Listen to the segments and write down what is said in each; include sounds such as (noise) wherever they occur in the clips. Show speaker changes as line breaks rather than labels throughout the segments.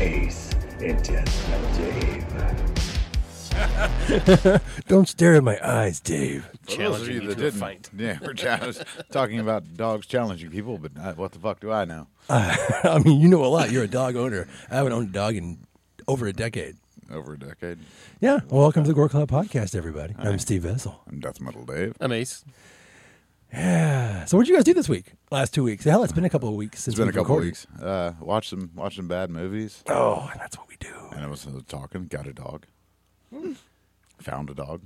ace and death metal Dave.
Don't stare in my eyes, Dave.
For those of
Challenging
you
you
that
to a
didn't,
fight.
(laughs) yeah, we're just talking about dogs challenging people, but uh, what the fuck do I know?
I mean, you know a lot. You're a dog owner. I haven't owned a dog in over a decade.
Over a decade,
Yeah. Well, welcome to the Gore Club podcast, everybody. I'm Steve Vessel.
I'm Death Metal Dave.
I'm Ace.
Yeah. So, what'd you guys do this week? Last two weeks? Hell, it's been a couple of weeks since
It's been a
we've
couple
recorded.
weeks. Uh, watched some watched some bad movies,
Oh, and that's what we do.
and I was uh, talking. Got a dog. Found a dog.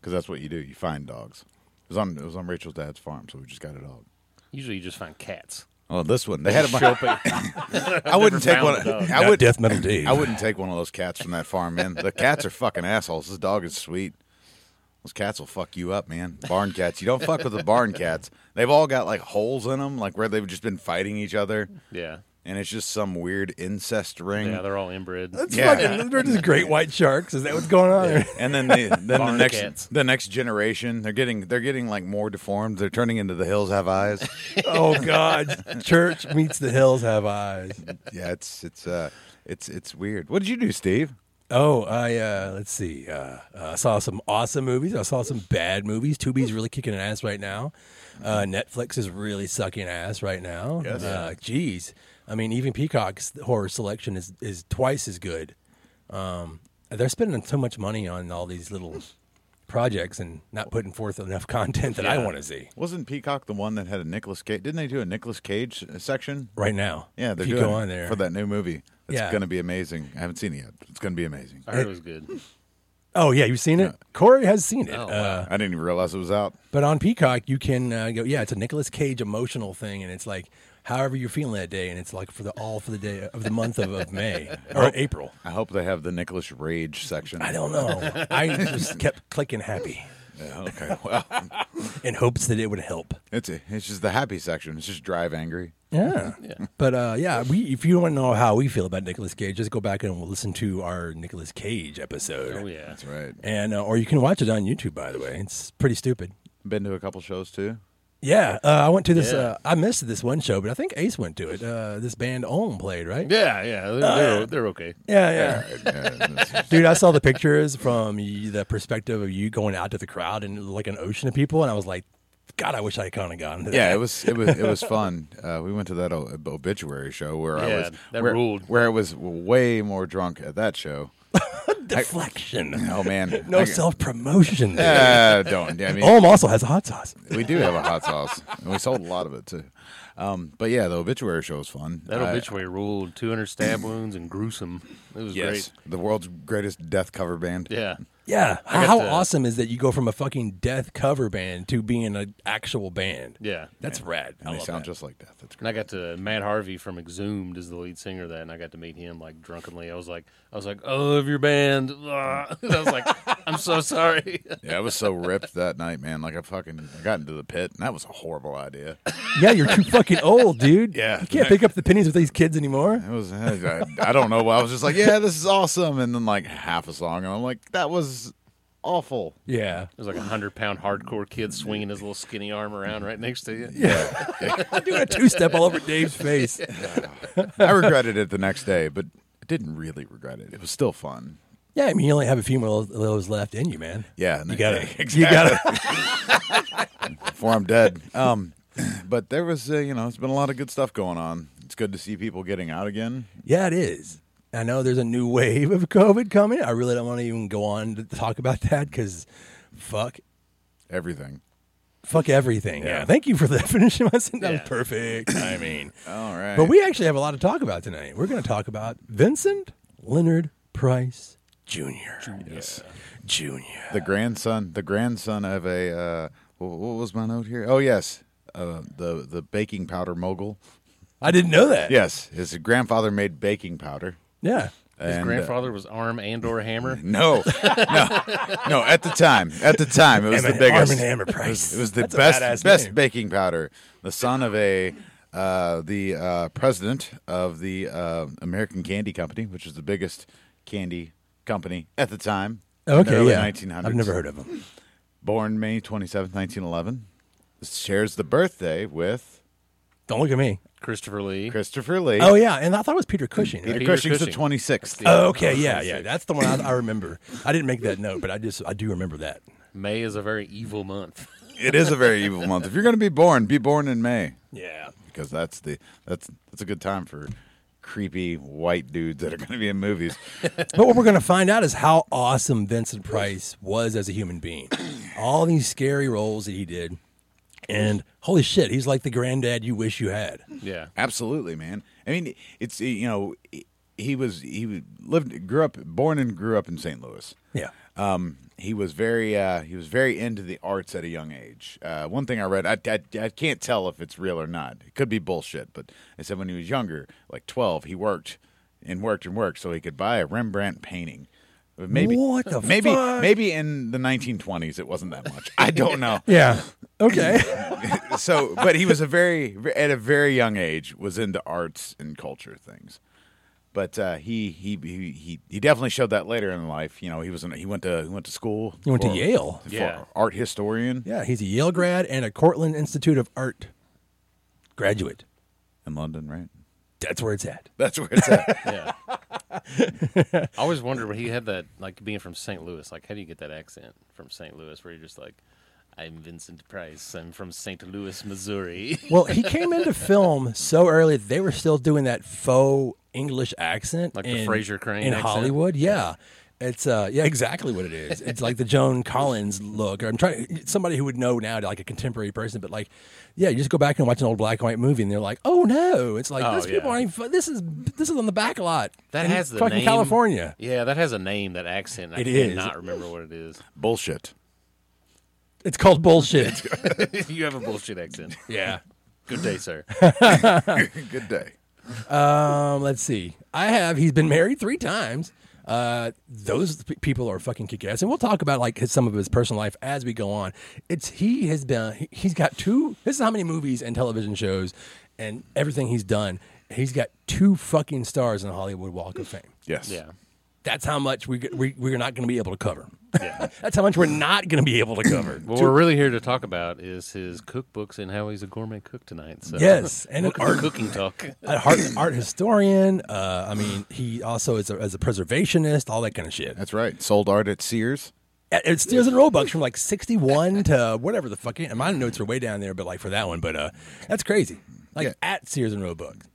Because that's what you do. You find dogs. It was on it was on Rachel's dad's farm, so we just got a dog.
Usually you just find cats.
Oh, this one they had a
Show up at-
(laughs) I wouldn't take
found
one.
a dog.
I
Not
would
Death Metal Dave.
I wouldn't take one of those cats from that farm, man. The cats are fucking assholes. This dog is sweet. Those cats will fuck you up, man. Barn cats. You don't fuck with the barn cats. They've all got like holes in them, like where they've just been fighting each other,
yeah.
and it's just some weird incest ring.
Yeah, they're all inbred.
That's
Yeah.
fucking. They're just great white sharks. Is that what's going on?
and then the then the
Barn
next
cats.
the next generation, they're getting they're getting like more deformed. They're turning into the hills have
(laughs)
eyes.
Oh God! Church meets the hills have eyes.
yeah, it's it's uh it's it's weird. What did you do, Steve?
Oh, I uh, let's see. Uh, I saw some awesome movies. I saw some bad movies. Tubi's really kicking an ass right now. Uh, Netflix is really sucking ass right now.
Yes.
Uh, geez, I mean, even Peacock's horror selection is is twice as good. Um, they're spending so much money on all these little projects and not putting forth enough content that I
Yeah.
want to see
Wasn't Peacock the one that had a Nicolas Cage? Didn't they do a Nicolas Cage uh, section?
right now.
Yeah, they're
if you
doing
go
it
on there
for that new movie. It's
Yeah.
going to be amazing. I haven't seen it yet. It's going to be amazing.
I heard it was good.
Oh yeah, you've seen it. Corey has seen it.
Oh, wow.
uh,
I didn't even realize it was out.
But on Peacock, you can uh, go. Yeah, it's a Nicolas Cage emotional thing, and it's like however you're feeling that day, and it's like for the all for the day uh, of the month of, of May
(laughs)
or April.
I hope they have the Nicholas Rage section.
I don't know. I
(laughs)
just kept clicking happy
Yeah, okay. (laughs) Well,
in hopes that it would help.
it's it's just the happy section. It's just drive angry.
Yeah.
Yeah.
But uh, yeah, we if you want to know how we feel about Nicolas Cage, just go back and we'll listen to our Nicolas Cage episode.
(laughs)
Oh yeah.
That's right.
And uh, or you can watch it on YouTube. By the way, it's pretty stupid.
Been to a couple shows too.
Yeah, uh, I went to this.
Yeah.
Uh, I missed this one show, but I think Ace went to it. Uh, this band Ohm played, right?
Yeah, yeah. They're,
Uh,
they're, they're okay.
yeah. yeah.
Yeah,
(laughs) Dude, I saw the pictures from y- the perspective of you going out to the crowd and it was like an ocean of people, and I was like, God, I wish I kind of gone. To that.
yeah, it was it was it was fun. Uh, we went to that o- obituary show where I
Yeah,
was
that
where,
ruled.
where I was way more drunk at that show.
deflection,
Oh man,
(laughs) no Oh.
I-
self promotion.
Uh, don't. Yeah, I mean,
Ohm also has a hot sauce.
we do have a hot sauce, and we sold a lot of it too. Um, but yeah, the obituary show was fun.
That
I-
obituary ruled 200 stab wounds and gruesome. It was
yes, the world's greatest death cover band.
great. Yeah.
Yeah,
got
how
the-
awesome is that? You go from a fucking death cover band to being an actual band.
Yeah.
that's rad. I
and they
love
sound
that.
just like death. That's
And
great.
I got to Matt Harvey from Exhumed is the lead singer of that, and I got to meet him like drunkenly. I was like, I was like, "Oh, I love your (laughs) band. Ah. I was like, I'm so sorry. (laughs)
Yeah, I was so ripped that night, man. Like I fucking I got into the pit, and that was a horrible idea.
yeah, you're too fucking old, dude.
(laughs) Yeah.
you can't pick up the pennies with these kids anymore.
It was I, I don't know. why. I was just like, yeah, this is awesome, and then like half a song, and I'm like, that was awful.
Yeah,
There's like a hundred pound hardcore kid swinging his little skinny arm around right next to you.
Yeah,
(laughs) doing a two step all over Dave's face.
I regretted it the next day, but I didn't really regret it. It was still fun.
Yeah, I mean, you only have a few more of those left in you, man.
Yeah, and
You
then- (laughs)
gotta,
exactly.
you gotta,
before I'm dead. Um, (clears throat) but there was uh, you know, it's been a lot of good stuff going on. It's good to see people getting out again.
(laughs) Yeah, it is. I know there's a new wave of COVID coming. I really don't want to even go on to talk about that because fuck,
Everything.
fuck everything. Yeah.
Yeah.
Thank you for the (laughs) finishing my sentence. That was
(clears throat)
Yeah.
perfect. I mean,
All right.
but we actually have a lot to talk about tonight. We're going to talk about Vincent Leonard Price Jr. Yes. Jr.
the grandson, the grandson of a uh, wh- what was my note here? Oh yes, uh, the the baking powder mogul.
I didn't know that.
Yes, his grandfather made baking powder.
Yeah.
His
and, uh,
grandfather was arm and or hammer.
no, no, no. At the time, at the time, it was
Damn
the
it, Arm
biggest.
and Hammer
It was,
Price.
it was the
That's a badass
best, best
name.
baking powder. The son of a uh, the uh, president of the uh, American Candy Company, which is the biggest candy company at the time. in the
Okay.
early
yeah.
1900s.
I've never heard of him.
Born May twenty seventh, 1911. Shares the birthday with
Don't look at me.
Christopher Lee.
Christopher Lee.
Oh yeah, and I thought it was Peter Cushing.
Peter,
Peter
Cushing's the
Cushing.
twenty sixth.
Oh, okay, yeah, yeah, that's the one I, I remember. I didn't make that note, but I just I do remember that.
May is a very evil month.
It is a very evil month. If you're going to be born, be born in May
Yeah,
because that's the that's that's a good time for creepy white dudes that are going to be in (laughs) movies.
but what we're gonna find out is how awesome Vincent Price was as a human (clears throat) being. All these scary roles that he did, and holy shit, he's like the granddad you wish you had.
(laughs) (laughs) Yeah.
Absolutely, man. I mean, it's you know, he was he lived grew up born and grew up in St. Louis.
Yeah,
Um, he was very uh, he was very into the arts at a young age. Uh, one thing I read, I, I, I can't tell if it's real or not. It could be bullshit, but I said when he was younger, like twelve, he worked and worked and worked so he could buy a Rembrandt painting. But Maybe
What the
maybe
fuck?
maybe in the 1920s it wasn't that much. I don't know.
yeah, okay,
so, but he was a very at a very young age was into arts and culture things. But uh, he, he he he he definitely showed that later in life. You know, he was in, he went to he went to school.
(laughs) he went to
for-
Yale.
for
Yeah.
art historian
Yeah, he's a Yale grad and a Cortland Institute of Art graduate.
in London, right? (laughs)
That's where it's at.
That's where it's at. (laughs)
Yeah. I always wondered when he had that, like being from St. Louis, like how do you get that accent from St. Louis where you're just like, I'm Vincent Price. I'm from St. Louis, Missouri.
Well, he came into film so early that they were still doing that faux English accent,
Like the
in-
Fraser Crane
in
accent?
Hollywood. Yeah, it's uh, yeah, exactly what it is. It's like the Joan Collins look. I'm trying somebody who would know now, like a contemporary person, but like, yeah, you just go back and watch an old black and white movie, and they're like, oh no, it's like
Oh,
these people
yeah.
aren't. Even, fu- this is this is on the back lot.
(laughs) That
in
has the
fucking
name.
California.
Yeah, that has a name. That accent. I
It is.
cannot remember what it is. (laughs)
Bullshit.
It's called bullshit.
(laughs) you have a bullshit accent.
yeah.
Good day, (laughs) sir.
Good day.
Um, let's see. I have. He's been married three times. Uh, those p- people are fucking kick ass, and we'll talk about like his, some of his personal life as we go on. It's he has been. he- He's got two. This is how many movies and television shows and everything he's done. He's got two fucking stars in the Hollywood Walk of Fame.
Yes.
Yeah.
That's how much we g- we we're not going to be able to cover.
Yeah.
(laughs) That's how much we're not going to be able to cover.
What we're really here to talk about is his cookbooks and how he's a gourmet cook tonight. So.
Yes, and an
Welcome to
art
cooking (laughs) talk.
an art, art historian. Uh, I mean, he also is a, as a preservationist, all that kind of shit.
That's right. Sold art at Sears.
It's Steers and Roebucks from like 61 to whatever the fuck. And my notes are way down there, but like for that one, but uh, that's crazy. Like
Yeah.
at Sears and Roebucks.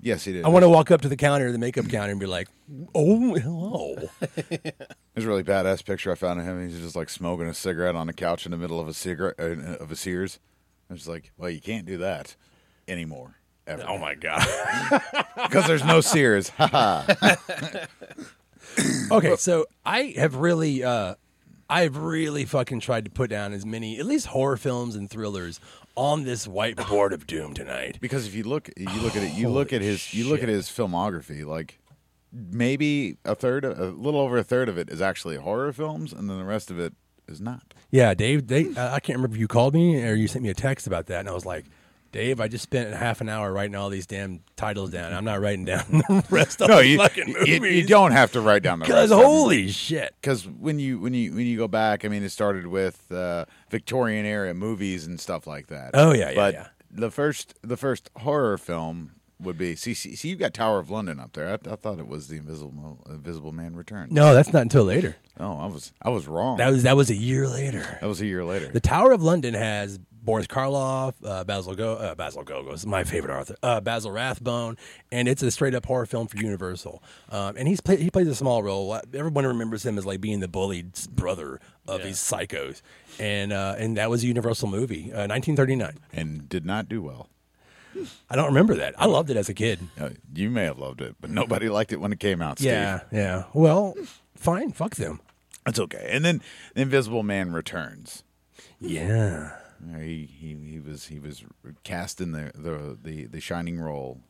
Yes, he did.
I want to walk up to the counter, the makeup counter, and be like, oh, hello.
There's a really badass picture I found of him. He's just like smoking a cigarette on a couch in the middle of a cigarette uh, of a Sears. I was like, well, you can't do that anymore. Ever.
(laughs) oh my God.
because there's
(laughs)
no Sears. (laughs)
okay, so I have really, uh, I've really fucking tried to put down as many, at least horror films and thrillers on this whiteboard of doom tonight.
because if you look, you look at it. You look at his. You look at his filmography. Like maybe a third, a little over a third of it is actually horror films, and then the rest of it is not.
Yeah, Dave. They, uh, I can't remember if you called me or you sent me a text about that, and I was like, "Dave, I just spent half an hour writing all these damn titles down. I'm not writing down (laughs) the rest of the fucking
you,
movies."
you don't have to write down the
Because
rest.
holy shit,
Because when you when you when you go back, I mean, it started with uh, Victorian era movies and stuff like that.
Oh, yeah, yeah,
But
yeah.
the first the first horror film would be see see, see you got Tower of London up there. I, I thought it was the Invisible Mo- Invisible Man Returns.
no, that's not until later.
Oh, I was I was wrong.
That was that was a year later.
That was a year later.
The Tower of London has Boris Karloff, uh, Basil Go, uh, Basil Gogos, my favorite author, uh, Basil Rathbone, and it's a straight up horror film for Universal. Um, and he's play, he plays a small role. Uh, Everyone remembers him as like being the bullied s- brother of
Yeah.
these psychos, and uh, and that was a Universal movie, uh, 1939.
and did not do well.
I don't remember that. I loved it as a kid.
Uh, you may have loved it, but nobody liked it when it came out. Steve.
Yeah, yeah. Well, fine. Fuck them.
that's okay. And then The Invisible Man returns.
Yeah.
Uh, He he he was he was cast in the the the, the shining role.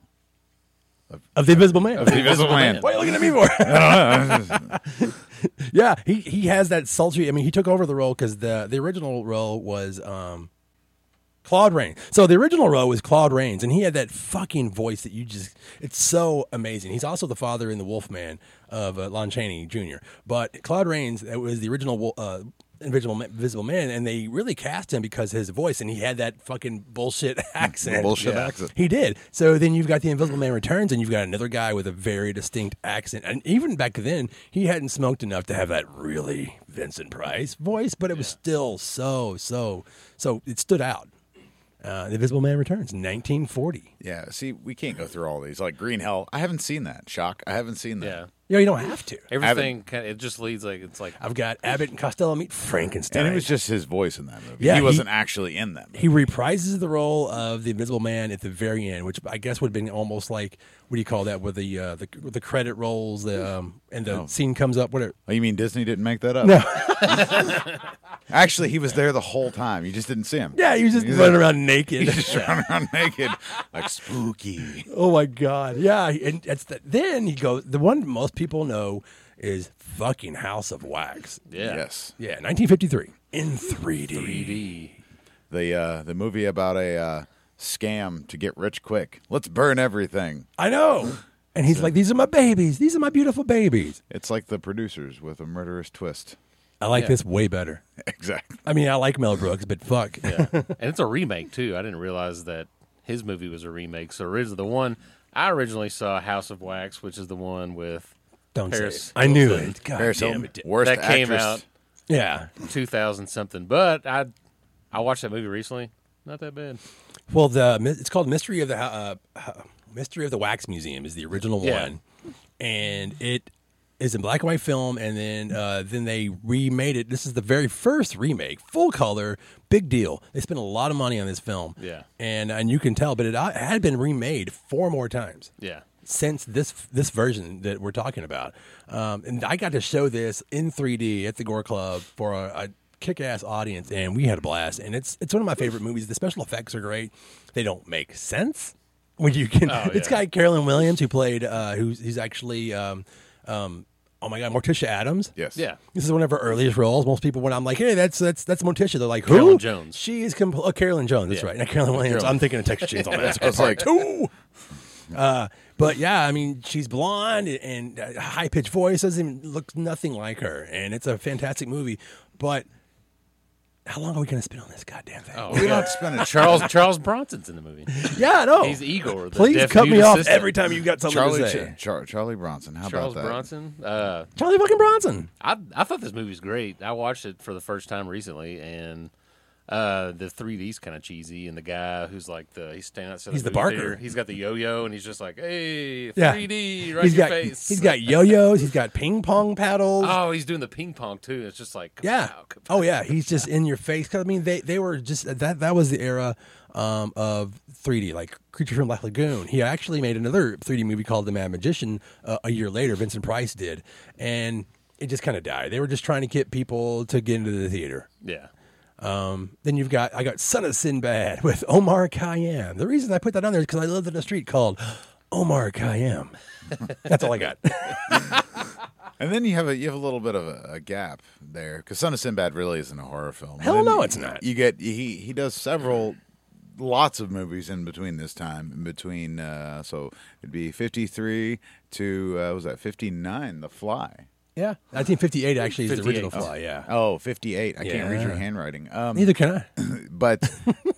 Of the Invisible Man.
The (laughs) Invisible Man.
What are you looking at me for? (laughs) yeah, he, he has that sultry. I mean, he took over the role because the the original role was um, Claude Rains. So the original Roe was Claude Rains, and he had that fucking voice that you just—it's so amazing. He's also the father in the Wolfman of uh, Lon Chaney Jr. But Claude Rains that was the original Wo- uh, Invisible Invisible Man, and they really cast him because of his voice, and he had that fucking bullshit (laughs) accent.
Bullshit
Yeah.
accent.
He did. So then you've got the Invisible Man returns, and you've got another guy with a very distinct accent. And even back then, he hadn't smoked enough to have that really Vincent Price voice, but it was still so so so it stood out. Uh, the Invisible Man returns, 1940.
Yeah, see, we can't go through all these. Like Green Hell, I haven't seen that. Shock, I haven't seen that.
Yeah.
You know, you don't have to.
Everything kind of, it just leads like it's like
I've got Abbott and Costello meet Frankenstein.
And it was just his voice in that movie.
Yeah,
he
he-
wasn't actually in that movie.
he reprises the role of the Invisible Man at the very end, which I guess would have been almost like what do you call that? With the uh, the the credit rolls, the um, and the scene comes up. Whatever.
Oh, you mean Disney didn't make that up?
No.
(laughs) actually, he was there the whole time. You just didn't see him.
Yeah, he was just
He's
running
like-
around naked.
(laughs) He's just running around naked, like spooky.
Oh my god, yeah, and that's the, then he goes. The one most people know is fucking House of Wax.
yeah.
Yes,
Yeah, 1953 in
E
3D.
BD.
the uh, the movie about a uh, scam to get rich quick. Let's burn everything.
I know. And he's like, "These are my babies. These are my beautiful babies."
It's like the producers with a murderous twist. (laughs)
I like
Yeah.
this way better.
Exactly.
I mean, I like Mel Brooks, but fuck.
Yeah. and it's a remake too. I didn't realize that his movie was a remake. So originally the one I originally saw House of Wax, which is the one with
(laughs) Don't
Paris
say. It. I knew
Hilton.
it. God
Paris
damn
Hilton,
it.
worst
that came
actress.
out
Yeah.
2000 something. But I I watched that movie recently. Not that bad.
Well, the it's called Mystery of the uh, uh, Mystery of the Wax Museum is the original
Yeah.
one, and it is in black and white film. And then uh, then they remade it. This is the very first remake, full color, big deal. They spent a lot of money on this film.
Yeah.
and and you can tell, but it uh, had been remade four more times
Yeah.
since this this version that we're talking about. Um, and I got to show this in 3D at the Gore Club for a, a kick-ass audience, and we had a blast. And it's it's one of my favorite movies. The special effects are great. They don't make sense when you can.
Oh,
(laughs) It's
yeah.
got Carolyn Williams who played uh, who's who's actually. Um, um, Oh my God, Morticia Adams.
Yes.
Yeah.
This is one of her earliest roles. Most people, when I'm like, "Hey, that's that's that's Morticia," they're like, "Who?"
Carolyn Jones.
She is compl- oh, Carolyn Jones. That's
Yeah.
right. Not Carolyn Williams.
Carolyn.
I'm thinking of Texas Chainsaw
(laughs)
Massacre.
I was like,
Ooh. Uh, but yeah, I mean, she's blonde and uh, high pitched voice doesn't even look nothing like her, and it's a fantastic movie. But how long are we going to spend on this goddamn thing?
Oh,
we
yeah.
don't spend a
(laughs) Charles Charles Bronson's in the movie.
(laughs) Yeah, no.
He's Igor. The
Please
deaf
cut
mute
me off
assistant.
every time you've got something
Charlie,
to say.
Ch- Char- Charlie Bronson. How
Charles
about that?
Bronson. Uh,
Charlie fucking Bronson.
I I thought this movie was great. I watched it for the first time recently, and uh, the 3D's kind of cheesy. And the guy who's like the he's standing outside.
He's the
movie
Barker.
theater, He's got the yo-yo, and he's just like, "Hey, 3D,
Yeah.
right
he's
in
got
your face."
he's got yo-yos. He's got ping pong paddles.
(laughs) Oh, he's doing the ping pong too. It's just like
Yeah.
wow, come
Oh yeah, he's just in your face. 'Cause, I mean, they they were just that that was the era um, of 3D, like Creature from Black Lagoon. He actually made another 3D movie called The Mad Magician uh, a year later. Vincent Price did, and it just kind of died. They were just trying to get people to get into the theater.
yeah,
Um, then you've got I got Son of Sinbad with Omar Khayyam. The reason I put that on there is because I lived in a street called Omar Khayyam. That's all I
(laughs)
got.
And then you have a you have a little bit of a, a gap there because Son of Sinbad really isn't a horror film.
Hell
Then
no,
you-
it's not.
You get he he does several lots of movies in between this time in between uh, so it'd be 53 to uh, what was that 59 the fly
yeah, 1958 actually is the
58.
original Fly. Yeah.
oh 58 i can't read your
Yeah.
handwriting um
Neither can I.
but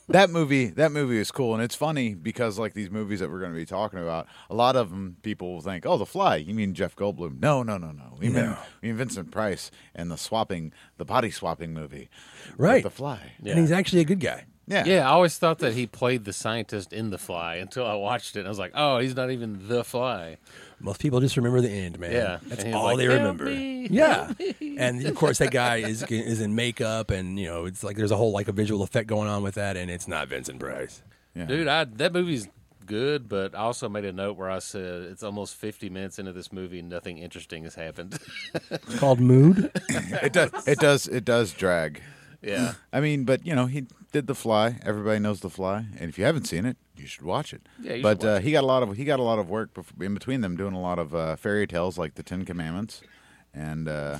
that movie that movie is cool and it's funny because like these movies that we're going to be talking about a lot of them people will think oh the fly you mean jeff goldblum no no no no we mean we mean vincent price and the swapping the body swapping movie with
Right.
the fly
yeah.
And he's actually a good guy.
yeah
Yeah, I always thought that he played the scientist in The Fly until I watched it. and I was like, oh, he's not even The Fly.
Most people just remember the end, man.
Yeah.
that's
And he's
all
like,
they
"Help
remember.
me,
yeah, (laughs) and of course that guy is is in makeup, and you know it's like there's a whole like a visual effect going on with that, and it's not Vincent Price.
Yeah.
Dude, I, that movie's good, but I also made a note where I said it's almost 50 minutes into this movie and nothing interesting has happened. (laughs)
It's called Mood.
it does it does it does drag
yeah.
i mean but you know he did the fly everybody knows the fly and if you haven't seen it you should watch it
Yeah, you
but
should
uh,
watch
he got a lot of he got a lot of work bef- in between them doing a lot of uh, fairy tales like the ten commandments and uh,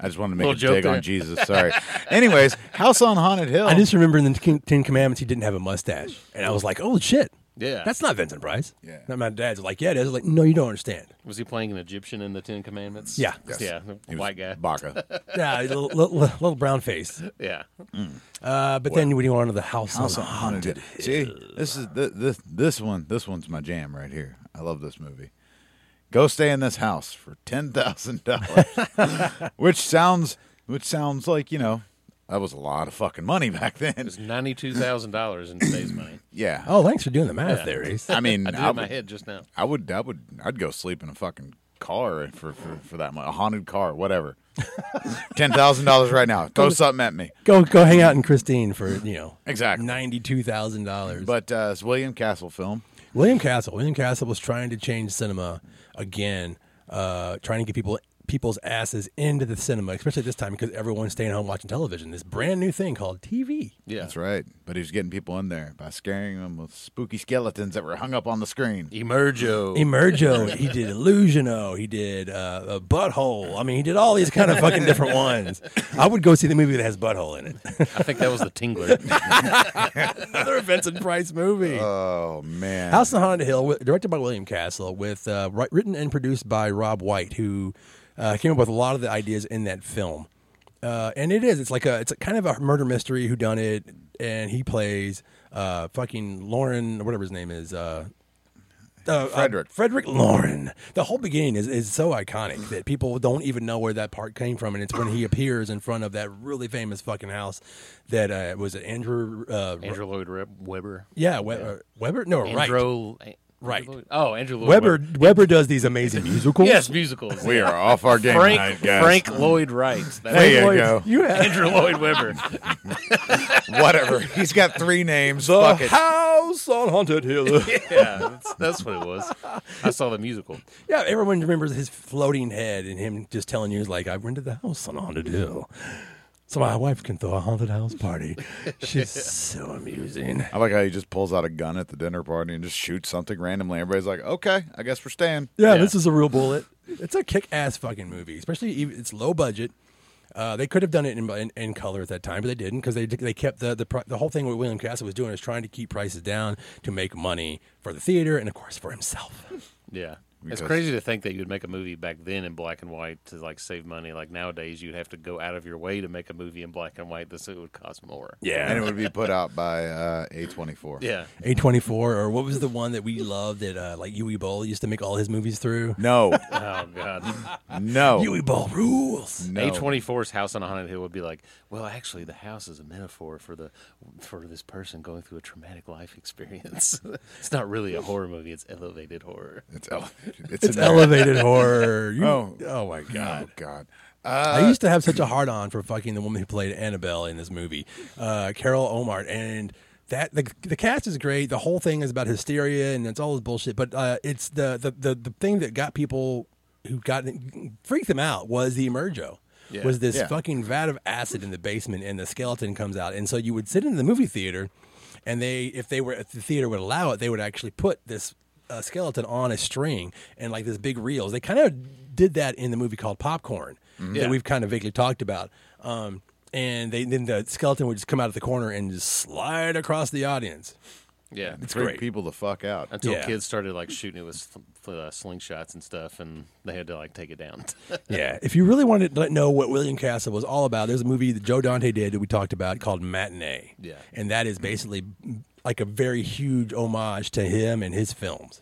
I just wanted to make
Little
a
joke
dig
there.
on Jesus. Sorry.
(laughs)
Anyways, House on Haunted Hill.
I just remember in the King- Ten Commandments he didn't have a mustache, and I was like, "Oh shit,
Yeah.
that's not Vincent Price."
Yeah.
and my dad's like, "Yeah, it is." Like, no, you don't understand.
(clears throat) Was he playing an Egyptian in the Ten Commandments?
Yeah.
Yes.
Yeah.
He was
White guy.
Baca.
Yeah, a little, little, little brown face.
Yeah. (clears throat)
Uh, but then when you go on to the house,
House
on
on Haunted Hill. See, this is the, this this one. This one's my jam right here. I love this movie. Go stay in this house for ten thousand
(laughs)
dollars, which sounds which sounds like you know that was a lot of fucking money back then.
It's ninety-two thousand dollars in today's money.
Yeah.
Oh, thanks for doing the math there, Ace.
I mean,
(laughs) I did it
I
in my
would-
head just now.
I would, I would, I'd go sleep in a fucking car for for, for that money, a haunted car,
(laughs)
whatever. Ten thousand dollars right now. Throw something at me.
Go, go hang out in Christine for you know
Exactly.
ninety-two thousand dollars.
But uh, it's William Castle film.
William Castle. William Castle was trying to change cinema again, uh, trying to get people people's asses into the cinema, especially this time because everyone's staying home watching television. This brand new thing called TV.
Yeah.
That's right. But he was getting people in there by scaring them with spooky skeletons that were hung up on the screen.
Emerjo.
Emerjo. he did Illusiono. He did uh, a Butthole. I mean, he did all these kind of fucking different ones. I would go see the movie that has Butthole in it.
(laughs) I think that was the (laughs) Tingler.
Another Vincent Price movie.
Oh man.
House on Haunted Hill, wi- directed by William Castle, with uh, wri- written and produced by Rob White, who uh, came up with a lot of the ideas in that film. Uh, and it is, it's like a, it's a kind of a murder mystery who done it, and he plays uh, fucking Lauren, whatever his name is. Uh, uh, uh,
Frederick.
Frederick Lauren. The whole beginning is, is so iconic that people don't even know where that part came from. And it's when
(sighs)
he appears in front of that really famous fucking house that uh, was it Andrew, uh,
Andrew Lloyd Web- Webber.
yeah, we- uh, Weber? No, right.
Andrew.
Right.
Andrew Lloyd- Oh, Andrew Lloyd
Weber Weber does these amazing musicals.
Yes, musicals.
we are off our game
Frank
tonight, guys.
Frank Lloyd Wright.
There
That's
you
Lloyd-
go.
You have
Andrew Lloyd Webber.
(laughs) Whatever. He's got three names.
the
Fuck it.
house on haunted hill.
(laughs) Yeah, that's, that's what it (laughs) was. I saw the musical.
(laughs) yeah, everyone remembers his floating head and him just telling you like I rented the house on haunted hill. So my wife can throw a haunted house party. (laughs) She's so amusing.
I like how he just pulls out a gun at the dinner party and just shoots something randomly. Everybody's like, "Okay, I guess we're staying."
Yeah,
Yeah.
this is a real bullet. It's a kick-ass fucking movie, especially even, it's low budget. Uh, they could have done it in, in, in color at that time, but they didn't because they they kept the the pri- the whole thing. What William Castle was doing is trying to keep prices down to make money for the theater and of course for himself.
Yeah.
Because-
It's crazy to think that you'd make a movie back then in black and white to like save money. Like nowadays, you'd have to go out of your way to make a movie in black and white. This it would cost more.
Yeah,
And it would be put out by uh, A24.
Yeah.
A twenty four, or what was the one that we loved that uh, like Yui Bowl used to make all his movies through?
(laughs)
No.
Oh God.
No.
Yui Bowl
(laughs)
rules.
no.
A 24's house on a haunted hill would be like, well, actually, the house is a metaphor for the for this person going through a traumatic life experience. (laughs) it's not really a horror movie; it's elevated horror.
It's elevated. It's,
It's
in there.
elevated horror. You-
Oh.
oh my god.
Oh God.
I used to have such a hard on for fucking the woman who played Annabelle in this movie, uh, Carol Omart, and that the, the cast is great. The whole thing is about hysteria and it's all this bullshit. But uh, it's the, the the the thing that got people who got freaked them out was the emerjo.
Yeah.
Was this
Yeah.
fucking vat of acid in the basement and the skeleton comes out. And so you would sit in the movie theater and they if they were if the theater would allow it, they would actually put this uh, skeleton on a string and like this big reels. They kind of did that in the movie called Popcorn that
Yeah.
we've kind of vaguely talked about. Um, and they then the skeleton would just come out of the corner and just slide across the audience.
Yeah,
It's
Freak
great.
people the fuck out.
until
Yeah.
kids started like shooting it with sl- uh, slingshots and stuff, and they had to like take it down. (laughs)
Yeah, if you really wanted to know what William Castle was all about, there's a movie that Joe Dante did that we talked about called Matinee.
Yeah.
and that is basically like a very huge homage to him and his films.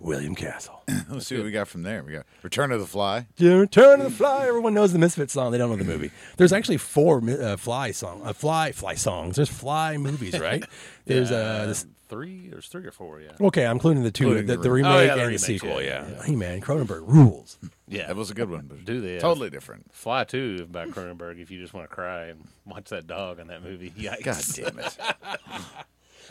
William Castle.
(laughs)
(clears throat)
Let's see what we got from there. We got Return of the Fly.
Return of the Fly. Everyone knows the Misfits song. They don't know the movie. There's actually four mi- uh, Fly song, uh, Fly Fly songs. There's Fly
(laughs)
movies, right? There's uh, this,
three, there's three or four. Yeah,
okay. I'm including the two, the,
Including
the,
the
remake
remake.
Oh, yeah, the
and
remake,
the sequel.
yeah,
Yeah, hey man, Cronenberg rules.
yeah.
That was a good one. But
Do this.
Totally different.
Fly Two by Cronenberg. If you just want to cry and watch that dog in that movie, (laughs) yikes!
God damn
(laughs)
it.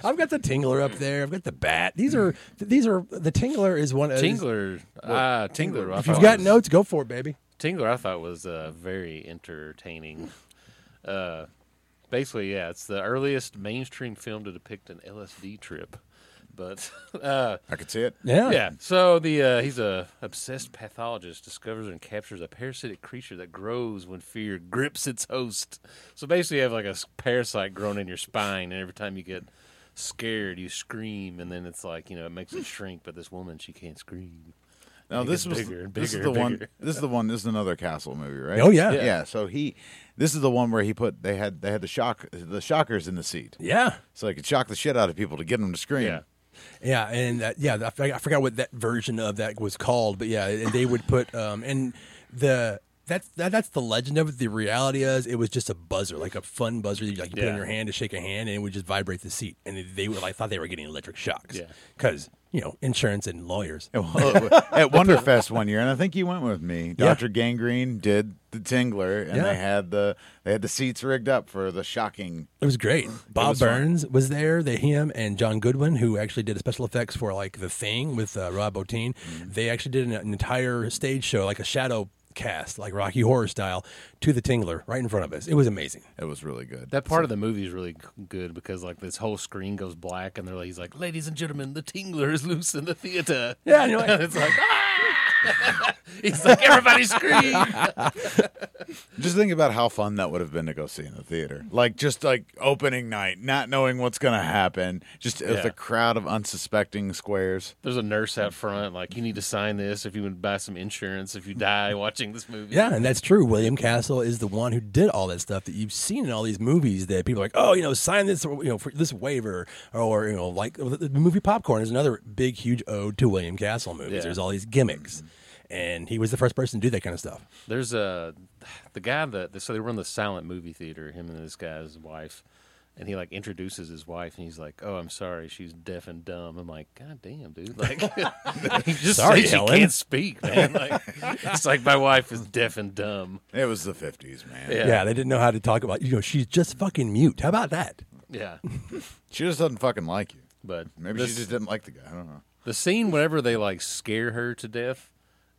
I've got the Tingler up there. I've got the Bat. These are these are the Tingler is one. Is,
Tingler, ah, Tingler. I
If you've
thought
got
was-
notes, go for it, baby.
Tingler, I thought was uh, very entertaining. Uh, basically, yeah, it's the earliest mainstream film to depict an LSD trip. but (laughs) uh,
I could see it.
Yeah.
yeah. So the uh, he's a obsessed pathologist discovers and captures a parasitic creature that grows when fear grips its host. So basically, you have like a s- parasite growing in your spine, and every time you get scared, you scream, and then it's like you know it makes it shrink. But this woman, she can't scream.
No,
It
this
gets
was
bigger and
this is
bigger
the
and
one.
bigger.
(laughs) This is the one. This is another Castle movie, right?
Oh, yeah.
yeah.
Yeah.
So he, this is the one where he put they had they had the shock the shockers in the seat,
Yeah.
so they could shock the shit out of people to get them to scream.
Yeah.
Yeah, and that, yeah, I f- I forgot what that version of that was called, but yeah, and they would put um and the that's that, that's the legend of it. The reality is, it was just a buzzer, like a fun buzzer that you, like you put in
Yeah.
your hand to shake a hand, and it would just vibrate the seat, and they, they would like thought they were getting electric shocks,
Yeah.
because you know insurance and lawyers.
(laughs)
Well, at Wonderfest one year, and I think you went with me.
Yeah.
Doctor Gangrene did the Tingler, and
Yeah.
they had the they had the seats rigged up for the shocking.
It was great. Bob
was fun.
Burns was there. They, him, and John Goodwin, who actually did a special effects for like The Thing with uh, Rob Bottin. They actually did an, an entire stage show, like a shadow cast, like Rocky Horror style, to the Tingler right in front of us. It was amazing.
It was really good.
That part of the movie is really c- good because like this whole screen goes black, and they're like, he's like, "Ladies and gentlemen, the Tingler is loose in the theater."
Yeah,
(laughs)
you know, like-
it's like. Ah! (laughs) He's like everybody scream.
Just think about how fun that would have been to go see in the theater. Like just like opening night, not knowing what's going to happen, just with
Yeah.
a crowd of unsuspecting squares.
There's a nurse out front, like you need to sign this if you would buy some insurance if you die watching this movie.
Yeah, and that's true. William Castle is the one who did all that stuff that you've seen in all these movies that people are like, oh, you know, sign this, you know, for this waiver, or you know, like the the movie Popcorn is another big, huge ode to William Castle movies.
Yeah.
There's all these gimmicks, and he was the first person to do that kind of stuff.
There's a the guy that so they run the silent movie theater. Him and this guy's wife, and he like introduces his wife, and he's like, "Oh, I'm sorry, she's deaf and dumb." I'm like, "God damn, dude! (laughs) Like, he just
Sorry,
said
Helen.
she can't speak, man. Like, it's like my wife is deaf and dumb.
It was the 50s, man.
Yeah.
Yeah. they didn't know how to talk about. You know, she's just fucking mute. How about that?
Yeah,
She just doesn't fucking like you.
but
Maybe
this-
she just didn't like the guy. I don't know.
The scene whenever they like scare her to death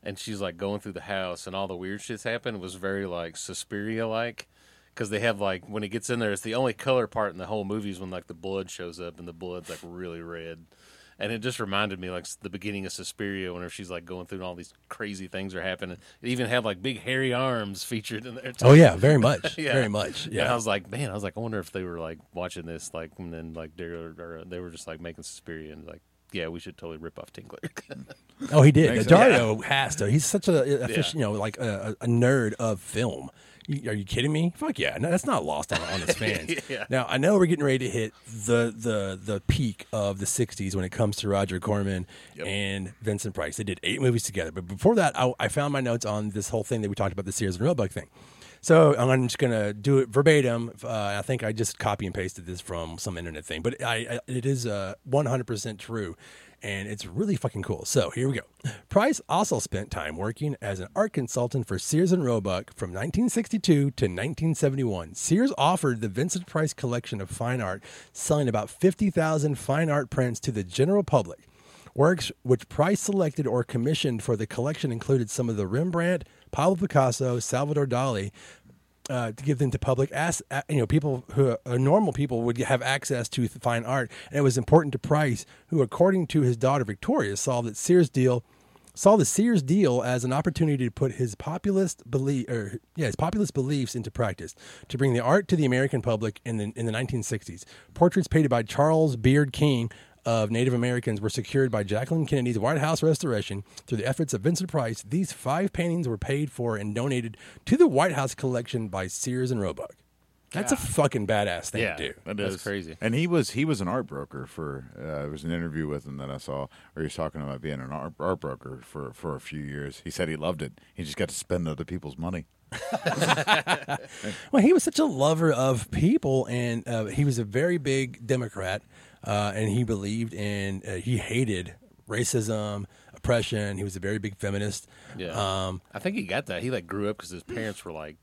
and she's like going through the house and all the weird shit's happened was very like Suspiria like because they have like when it gets in there it's the only color part in the whole movie is when like the blood shows up and the blood's like really red and it just reminded me like the beginning of Suspiria whenever she's like going through and all these crazy things are happening it even had like big hairy arms featured in there
Oh yeah, very much,
(laughs) Yeah.
very much.
yeah. And I
Yeah,
was like, man, I was like, I wonder if they were like watching this, like, and then like they were, or they were just like making Suspiria and like, yeah, we should totally rip off Tingler. (laughs)
oh he did.
Makes
Dario has to. He's such a, a fish, you know, like a, a nerd of film. You- Are you kidding me? Fuck yeah, no, that's not lost on, on
(laughs)
his fans.
Yeah.
Now I know we're getting ready to hit the the the peak of the '60s when it comes to Roger Corman and Vincent Price. They did eight movies together, but before that, I, I found my notes on this whole thing that we talked about the Sears and Roebuck thing. So I'm just gonna do it verbatim. Uh, I think I just copy and pasted this from some internet thing, but I, I it is uh, 100% true, and it's really fucking cool. So here we go. Price also spent time working as an art consultant for Sears and Roebuck from 1962 to 1971. Sears offered the Vincent Price collection of fine art, selling about 50,000 fine art prints to the general public. Works which Price selected or commissioned for the collection included some of the Rembrandt, Pablo Picasso, Salvador Dali, uh, to give them to public as uh, you know people who uh, normal people would have access to th- fine art, and it was important to Price, who, according to his daughter Victoria, saw that Sears deal saw the Sears deal as an opportunity to put his populist belief or yeah his populist beliefs into practice to bring the art to the American public in the in the 1960s. Portraits painted by Charles Beard King of Native Americans were secured by Jacqueline Kennedy's White House restoration through the efforts of Vincent Price. These five paintings were paid for and donated to the White House collection by Sears and Roebuck. That's a fucking badass thing
yeah,
to do.
That
that's
is.
crazy.
And he was he was an art broker for. Uh, it was an interview with him that I saw where he was talking about being an art, art broker for for a few years. He said he loved it. He just got to spend other people's money.
Well, he was such a lover of people, and uh, he was a very big Democrat, uh, and he believed in uh, he hated racism, oppression. He was a very big feminist.
Yeah.
Um,
I think he got that. He like grew up because his parents were like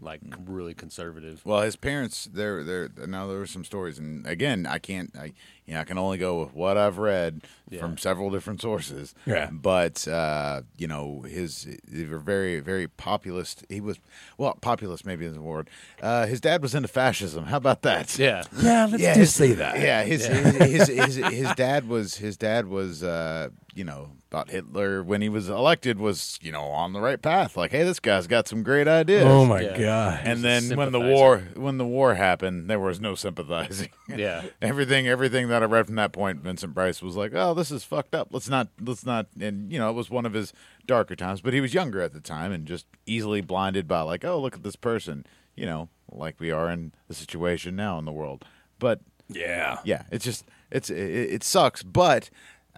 like really conservative.
Mm. Well, his parents, there, there. Now there were some stories, and again, I can't, I, you know, I can only go with what I've read
Yeah.
from several different sources.
Yeah.
But uh, you know, his they were very, very populist. He was, well, populist maybe isn't the word. Uh, his dad was into fascism. How about that?
(laughs) Yeah,
Yeah, let's
Yeah,
just say that.
Yeah, his his, his his his dad was his dad was uh, you know about Hitler when he was elected was you know on the right path. Like, hey, this guy's got some great ideas.
Oh my
Yeah.
god.
And then when the
sympathizer.
war when the war happened, there was no sympathizing.
yeah.
(laughs) everything everything that I read from that point, Vincent Price was like, "Oh, this is fucked up. Let's not let's not." And you know, it was one of his darker times, but he was younger at the time and just easily blinded by like, "Oh, look at this person," you know, like we are in the situation now in the world. But
Yeah.
yeah, it's just it's it, it sucks, but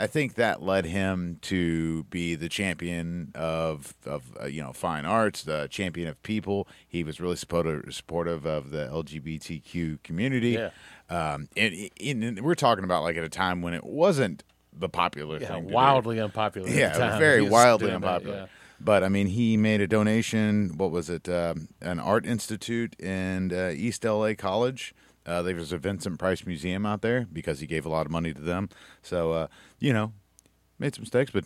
I think that led him to be the champion of of uh, you know fine arts, the champion of people. He was really supportive supportive of the LGBTQ community.
Yeah.
Um, and, and- and we're talking about like at a time when it wasn't the popular
Yeah,
thing. to do.
wildly unpopular. at the
Yeah,
time. He
very
was
wildly
doing that,
unpopular.
yeah.
But I mean, he made a donation. What was it? Um, an art institute in uh, East LA College. Uh, there was a Vincent Price Museum out there because he gave a lot of money to them. So uh, you know, made some mistakes, but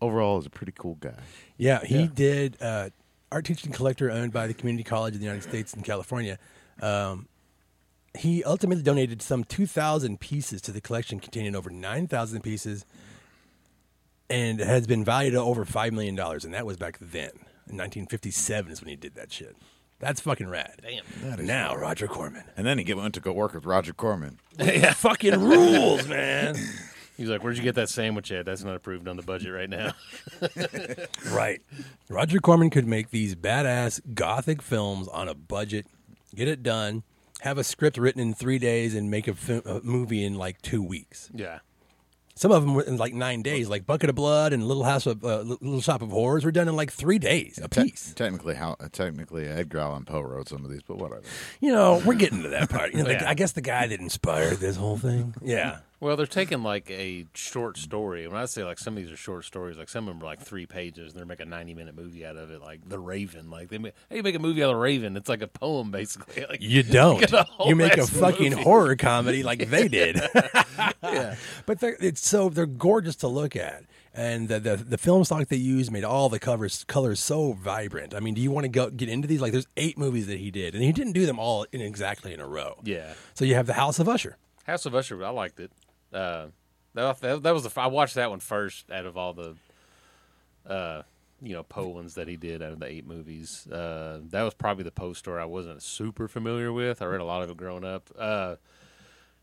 overall, is a pretty cool guy.
Yeah, he did uh, art teacher and collector owned by the community college of the United States in California. Um, he ultimately donated some 2,000 pieces to the collection, containing over 9,000 pieces, and has been valued at over $5 million. And that was back then. In 1957 is when he did that shit. That's fucking rad. Damn. now, Roger Corman.
And then he get- went to go work with Roger Corman.
fucking rules, man.
He's like, "Where'd you get that sandwich at? That's not approved on the budget right now."
(laughs)
Right. Roger Corman could make these badass gothic films on a budget, get it done, have a script written in three days, and make a, fi- a movie in like two weeks.
yeah,
Some of them were in like nine days, like Bucket of Blood and Little House of uh, Little Shop of Horrors were done in like three days a
Te-
piece.
technically, how uh, technically Edgar Allan Poe wrote some of these, but whatever. (laughs)
You know, we're getting to that part. You know, like,
Yeah.
I guess the guy that inspired this whole thing. Yeah.
Well, they're taking like a short story. When I say like some of these are short stories, like some of them are like three pages, and they're making a ninety-minute movie out of it, like The Raven. Like they make, hey, make a movie out of The Raven. It's like a poem, basically. (laughs) Like,
You don't.
a whole
You make a
ass
fucking
movie.
horror
(laughs)
comedy like they did. (laughs) But they're, it's so they're gorgeous to look at, and the, the the film stock they used made all the covers colors so vibrant. I mean, do you want to go get into these? Like, there's eight movies that he did, and he didn't do them all in exactly in a row.
yeah,
So you have the House of Usher.
House of Usher. I liked it. Uh, that, that that was the I watched that one first out of all the, uh, you know, Poe ones that he did out of the eight movies. Uh, that was probably the Poe story I wasn't super familiar with. I read a lot of it growing up. Uh,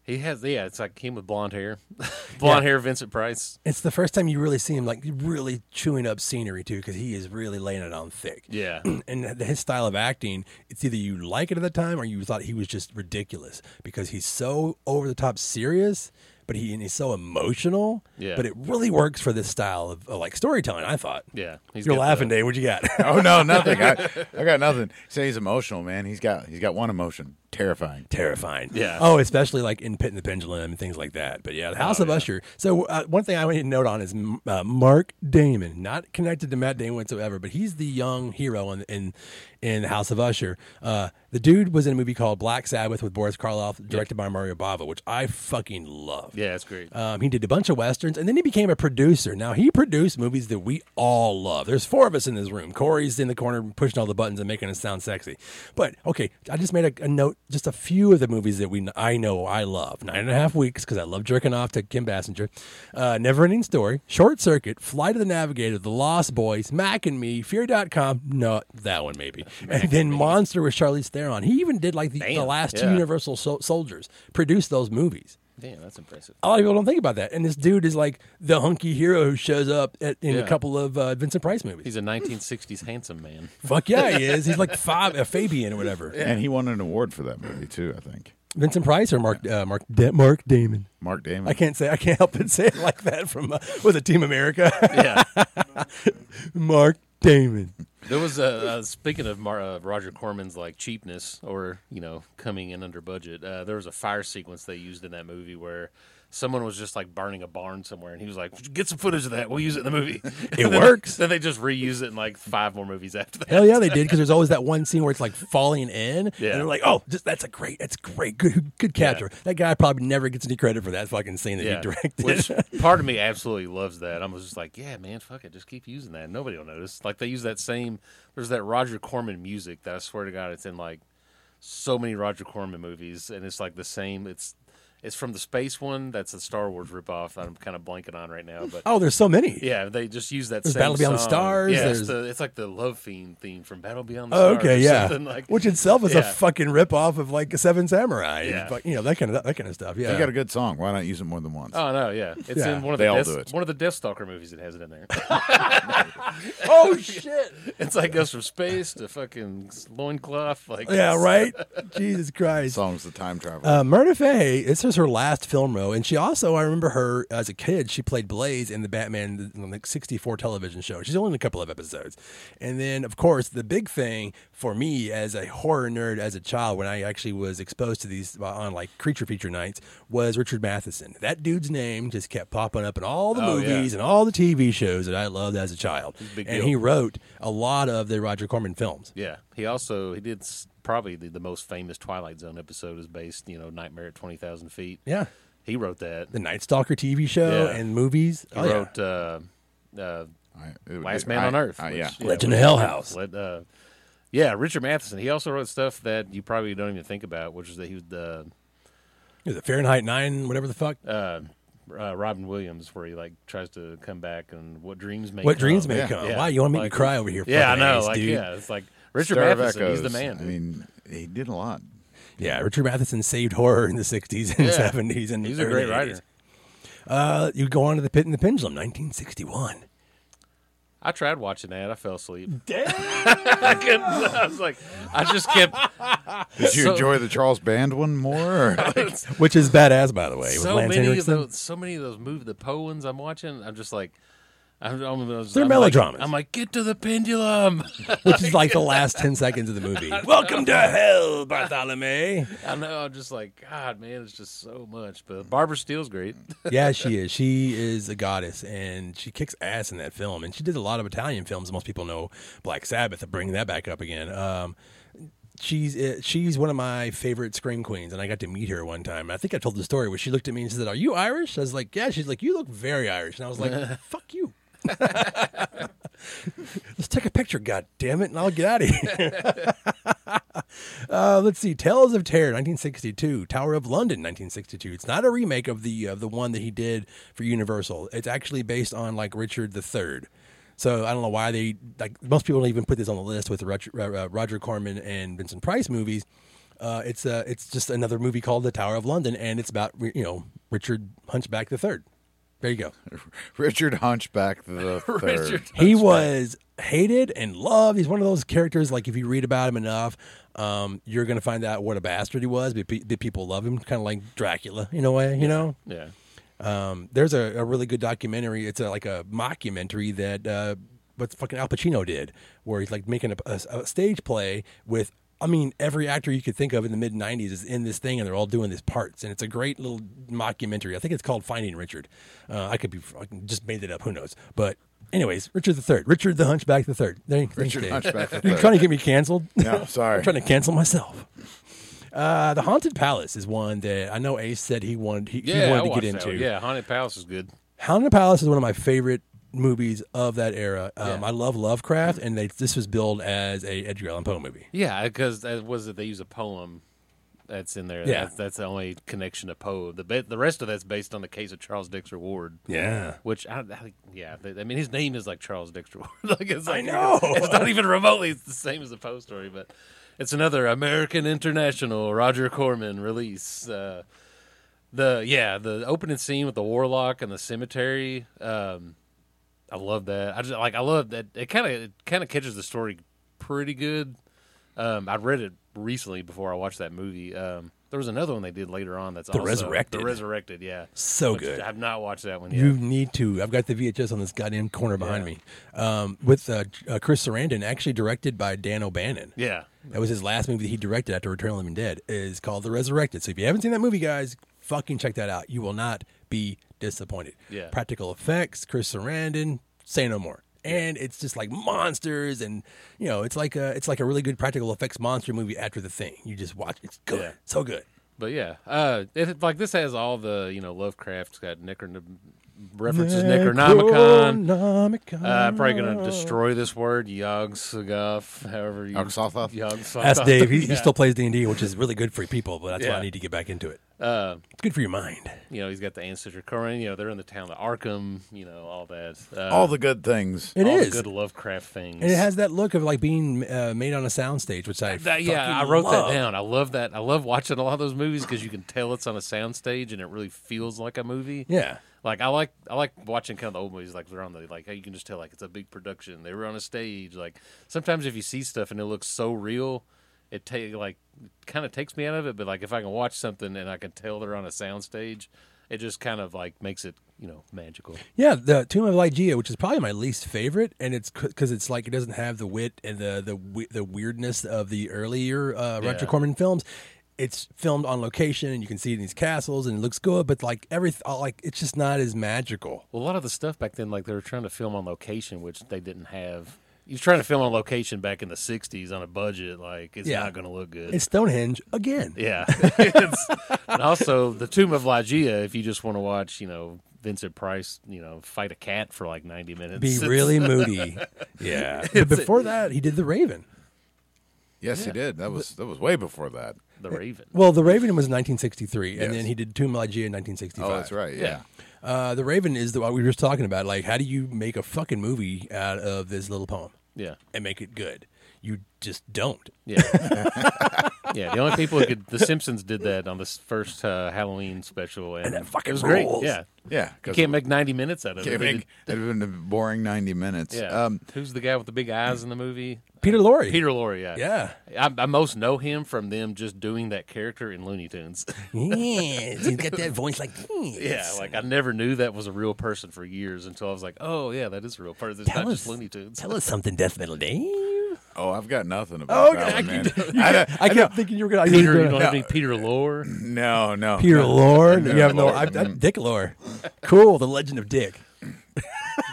he has yeah, it's like him with blonde hair, (laughs) blonde hair Vincent Price.
It's the first time you really see him like really chewing up scenery too, because he is really laying it on thick. (coughs)
Yeah,
(clears throat) and his style of acting, it's either you like it at the time or you thought he was just ridiculous because he's so over the top serious, but he and he's so emotional.
Yeah.
But it really works for this style of, of like storytelling. I thought.
yeah. He's
You're
got the-
laughing, Dave. What you got? (laughs)
Oh no, nothing. I, I got nothing. Say he's emotional, man. He's got he's got one emotion: terrifying.
Terrifying.
Yeah.
Oh, especially like in Pit and the Pendulum and things like that. But yeah, the House of Usher. So uh, one thing I wanted to note on is m- uh, Mark Damon, not connected to Matt Damon whatsoever, but he's the young hero in in, in the House of Usher. Uh, the dude was in a movie called Black Sabbath with Boris Karloff, directed by Mario Bava, which I fucking love.
Yeah, it's great.
Um, he did a bunch of westerns, and then he became a producer. Now he produced movies that we all love. There's four of us in this room. Corey's in the corner pushing all the buttons and making us sound sexy. But okay, I just made a, a note. Just a few of the movies that we I know I love. Nine and a half weeks because I love jerking off to Kim Bassinger. Uh, Never ending story. Short circuit. Flight of the Navigator. The Lost Boys. Mac and Me. Fear.com. No, that one maybe. and then Monster with Charlize Theron. He even did like the, the
Damn,
last two
yeah.
Universal Sol- Soldiers. Produced those movies
Damn, that's impressive.
a lot of people don't think about that. And this dude is like the hunky hero who shows up at, in a
Yeah.
couple of uh, Vincent Price movies.
He's a 1960s handsome man.
(laughs) Fuck yeah, he is. He's like five, a Fabian or whatever.
And he won an award for that movie too, I think.
Vincent Price or Mark uh, Mark da- Mark Damon.
Mark Damon.
I can't say I can't help but say it like that from uh, was it Team America? (laughs)
Yeah.
Mark Damon.
There was a uh, speaking of Mar- uh, Roger Corman's like cheapness or you know coming in under budget. Uh, there was a fire sequence they used in that movie where someone was just like burning a barn somewhere, and he was like, "Get some footage of that. We'll use it in the movie."
It
(laughs) And then-
works.
Then they just reuse it in like five more movies after that.
Hell yeah, they did because there's always that one scene where it's like falling in, and
Yeah.
they're like, "Oh, just, that's a great, that's great, good, good capture." That guy probably never gets any credit for that fucking scene that he directed. (laughs)
Which part of me absolutely loves that. I was just like, yeah, man, fuck it, just keep using that. Nobody will notice. Like they use that same. There's that Roger Corman music that I swear to God, it's in like so many Roger Corman movies, and it's like the same. It's it's from the space one. That's the Star Wars ripoff that I'm kind of blanking on right now, but.
oh, there's so many.
Yeah, they just use that
There's
same
Battle Beyond the
song.
Stars,
Yeah,
there's-
it's, the, it's like the Love Fiend theme from Battle Beyond the
Oh,
Stars.
okay,
or
yeah.
something, Like,
Which itself is a
Yeah.
fucking ripoff of like Seven Samurai.
Yeah.
But, you know that kind of that kind of stuff.
They
Yeah.
got a good song. Why not use it more than once?
oh no, yeah, it's
Yeah.
in one of
They
the
all
Death,
do it.
one of the Deathstalker movies. It has it in there. (laughs)
oh shit.
It's like goes from space to fucking loincloth. Like
Yeah.
it's-
Right. Jesus Christ.
Song's the time traveler.
Uh, Myrna Faye, this is her last film role, and she also, I remember her as a kid, she played Blaze in the Batman on the 64 television show. She's only in a couple of episodes. And then, of course, the big thing for me as a horror nerd as a child, when I actually was exposed to these uh, on like creature feature nights, was Richard Matheson. That dude's name just kept popping up in all the
Oh, yeah.
movies and all the TV shows that I loved as a child.
a big
and
deal.
he wrote a lot of the Roger Corman films.
Yeah. He also he did s- probably the, the most famous Twilight Zone episode is based you know Nightmare at Twenty Thousand Feet.
Yeah.
He wrote that.
The Night Stalker TV show
Yeah.
and movies.
He
Oh, yeah.
wrote uh, uh,
I- it-
Last
it-
Man
I-
on Earth.
I-
which,
yeah.
you know,
Legend of Hell House.
Let, uh, yeah, Richard Matheson. He also wrote stuff that you probably don't even think about, which is that he was the
Is it Fahrenheit 9, whatever the fuck?
uh, uh, Robin Williams, where he like tries to come back and what dreams may
what
come.
dreams may
yeah,
come.
yeah.
Wow, you want to make
Like-
me cry over here?
Yeah, I
fucking
know.
ass,
like,
dude.
yeah, it's like Richard
Star of
Matheson. He's the
Echoes.
man.
I
dude.
mean, he did a
(laughs)
lot.
Yeah, Richard Matheson saved horror in the 60s and
Yeah.
70s. And
He's a
early
great writer.
80s. Uh, you go on to The Pit and the Pendulum, 1961.
I tried watching that. I fell asleep. (laughs)
Damn.
I couldn't. I was like, I just kept.
Did you
So-
enjoy the Charles Band one
(laughs)
more? Or like,
(laughs) Which is badass, by the way. with
so
Lance
many of
Henriksen.
those, so many of those movies, the Poens I'm watching. I'm just like, I'm, I'm, I'm
They're
I'm
melodramas.
Like, I'm like, get to the pendulum. (laughs)
Which is like the last 10 seconds of the movie. Welcome to hell, Bartholomew.
I know. I'm just like, God, man, it's just so much. But Barbara
(laughs)
Steele's great.
yeah, she is. She is a goddess, and she kicks ass in that film. And she did a lot of Italian films. Most people know Black Sabbath. Bringing that back up again. Um, she's uh, she's one of my favorite scream queens, and I got to meet her one time. I think I told the story where she looked at me and said, "Are you Irish?" I was like, "Yeah." She's like, "You look very Irish," and I was like, "Fuck you." (laughs) Let's take a picture, god damn it, and I'll get out of here. uh, let's see, Tales of Terror, 1962, Tower of London, 1962. It's not a remake of the of the one that he did for Universal. It's actually based on like Richard III. So I don't know why they like most people don't even put this on the list with the Roger, uh, Roger Corman and Vincent Price movies. Uh, it's uh, it's just another movie called The Tower of London, and it's about you know Richard Hunchback the Third. There you go.
Richard Hunchback
(laughs)
the Third.
Richard.
He was hated and loved. He's one of those characters. Like if you read about him enough, um, you're going to find out what a bastard he was. But, pe- but people love him, kind of like Dracula in a way. You know,
Yeah.
um, there's a, a really good documentary. It's a, like a mockumentary that uh, what fucking Al Pacino did, where he's like making a, a- a stage play with. I mean, every actor you could think of in the mid '90s is in this thing, and they're all doing these parts, and it's a great little mockumentary. I think it's called Finding Richard. Uh, I could be I can- just made it up. Who knows? But anyways, Richard the Third, Richard the Hunchback the Third. There, thanks,
Richard
Dave. (laughs)
Hunchback the
You're
Third.
trying to get me canceled. (laughs)
No, sorry.
I'm trying to cancel myself. Uh, the Haunted Palace is one that I know Ace said he wanted he, he
Yeah, I
wanted to
watched
get
that
into.
one. Yeah, Haunted Palace is good.
Hound in the Palace is one of my favorite movies of that era. Um, I love Lovecraft, and they, this was billed as a Edgar Allan Poe movie.
Yeah, because was it they use a poem that's in there.
Yeah.
That's, that's the only connection to Poe. The ba- the rest of that's based on the case of Charles Dexter Ward.
Yeah.
Which I, I yeah, th- I mean his name is like Charles Dexter Ward. (laughs) like it's like,
know.
(laughs) it's not even remotely the same as the Poe story, but it's another American International Roger Corman release. Uh, the yeah, the opening scene with the warlock and the cemetery. Um, I love that. I just like I love that. It kind of it kind of catches the story pretty good. Um, I read it recently before I watched that movie. Um, there was another one they did later on. That's the also,
Resurrected.
The resurrected, yeah,
So
Which
good.
I've not watched that one yet.
You need to. I've got the VHS on this goddamn corner behind me. Um, with uh, uh, Chris Sarandon, actually directed by Dan O'Bannon.
Yeah.
That was his last movie that he directed after Return of the Living Dead. Is called The Resurrected. So if you haven't seen that movie, guys, fucking check that out. You will not be disappointed.
Yeah.
Practical effects, Chris Sarandon, say no more. And it's just like monsters, and you know, it's like a it's like a really good practical effects monster movie after the thing. You just watch, it's good,
Yeah.
so good.
But yeah, uh, it, like this has all the you know Lovecraft's got Necron references Necronomicon.
Necronomicon.
Uh, I'm probably gonna destroy this word Yog Sothoth, however you
Yog-Sothoth?
Yog
That's
(laughs) Sothoth,
Dave. He, he
yeah.
still plays D and D, which is really good for people. But that's why
Yeah.
I need to get back into it.
Uh,
It's good for your mind.
you know, he's got the ancestor Corin. You know, they're in the town of Arkham. You know, all that. Uh,
All the good things.
Oh, It
all the
is.
good Lovecraft things.
and it has that look of like being uh, made on a soundstage, which I
That- yeah, I
fucking
wrote
love.
that down. I love that. I love watching a lot of those movies because you can tell it's on a soundstage and it really feels like a movie.
Yeah,
Like I like I like watching kind of the old movies like they're on the like how you can just tell like it's a big production. They were on a stage. Like sometimes if you see stuff and it looks so real, it take like kind of takes me out of it. But like if I can watch something and I can tell they're on a soundstage, it just kind of like makes it you know magical.
yeah. The Tomb of Lygia, which is probably my least favorite, and it's because it's like it doesn't have the wit and the the we- the weirdness of the earlier uh,
Yeah.
Roger Corman films. It's filmed on location, and you can see it in these castles, and it looks good. But like everything, like it's just not as magical.
Well, a lot of the stuff back then, like they were trying to film on location, which they didn't have. You're trying to film on location back in the '60s on a budget, like it's
Yeah.
not going to look good.
It's Stonehenge again. (laughs)
yeah, It's- and also the Tomb of Lygia. If you just want to watch, you know, Vincent Price, you know, fight a cat for like 90 minutes,
Be
it's- (laughs)
really moody. Yeah. But before that, he did The Raven.
Yes, he did. That was that was way before that.
(laughs)
the Raven.
Well, The Raven was 1963, and
Yes.
then he did Tomb of Lygia in 1965.
Oh, that's right. Yeah.
Yeah.
Uh, the Raven is the what we were just talking about. Like, how do you make a fucking movie out of this little poem
Yeah,
and make it good? You just don't.
yeah, (laughs) yeah. The only people who could, The Simpsons did that on this first uh, Halloween special, and,
that fucking
it was
rules.
great. Yeah,
Yeah.
you
'cause
can't make 90 minutes out of
can't
it. They
make- it'd have been a boring ninety minutes.
did- yeah.
Um,
Who's the guy with the big eyes in the movie?
Peter Lorre.
Peter Lorre, yeah.
Yeah.
I, I most know him from them just doing that character in Looney Tunes. (laughs)
Yes, he's got that voice like
yeah,
yes.
like I never knew that was a real person for years until I was like, oh, yeah, that is a real person. It's
Tell
not
us-
just Looney Tunes.
Tell us something, Death Metal Dave.
oh, I've got nothing about that one, man. I,
I kept thinking you were gonna
Peter, you don't
No.
have any Peter Lore?
no, no.
(laughs) Peter
no.
Lorre.
No,
you have no.
Lorre.
I,
(laughs)
(laughs)
I, Dick Lorre. Cool. The Legend of Dick.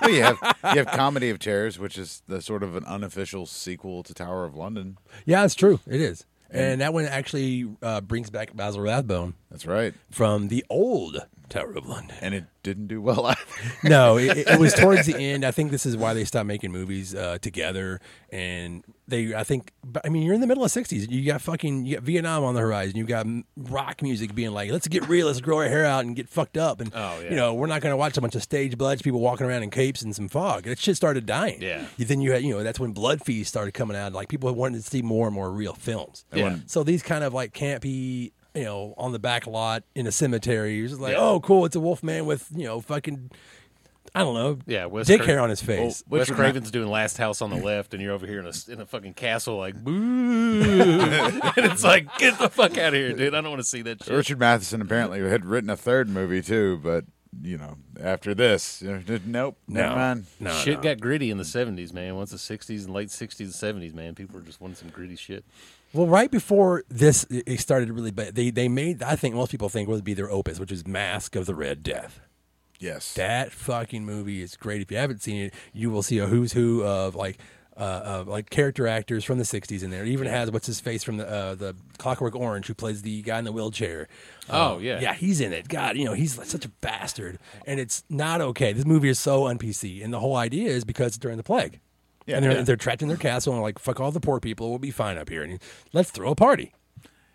Well, you have you have Comedy of Terrors, which is the sort of an unofficial sequel to Tower of London.
Yeah, it's true. It is. And that one actually uh, brings back Basil Rathbone
That's right.
from the old Tower of London.
And it didn't do well (laughs) either.
no, it, it- it was towards the end. I think this is why they stopped making movies uh, together. And they, I think, but, I mean, you're in the middle of '60s. You got fucking you got Vietnam on the horizon. You got m- rock music being like, let's get real, let's grow our hair out and get fucked up. And
Oh, yeah.
you know, we're not going to watch a bunch of stage bloods, people walking around in capes and some fog. That shit started dying.
Yeah.
You- Then you had, you know, that's when Blood Feast started coming out. Like people wanted to see more and more real films.
Yeah.
So these kind of like can't be, you know, on the back lot in a cemetery. You're just like,
Yeah.
oh, cool, it's a wolf man with, you know, fucking, I don't know,
Yeah, Wes
dick
Cra-
hair on his face.
Well,
Wes
Which-
Craven's doing Last
(laughs)
House on the Left, and you're over here in a, in a fucking castle, like, boo. (laughs) and it's like, get the fuck out of here, dude. I don't want to see that shit.
Richard Matheson apparently had written a third movie too, but you know, after this, you know, nope, never mind.
no,
shit
no.
got gritty in the 70s, man. Once the 60s and late 60s and 70s, man, people were just wanting some gritty shit.
Well, right before this, it it started really bad. They they made I think most people think would be their opus, which is Mask of the Red Death.
Yes,
That fucking movie is great. If you haven't seen it, you will see a who's who of like uh, of like character actors from the '60s in there. It even has what's his face from the uh, the Clockwork Orange, who plays the guy in the wheelchair. Uh,
Oh, yeah.
yeah, he's in it. God, you know, he's like such a bastard, and it's not okay. This movie is so un PC, and the whole idea is because it's during the plague.
Yeah,
and they're,
yeah.
they're trapped in their castle and like fuck all the poor people. We'll be fine up here, and let's throw a party.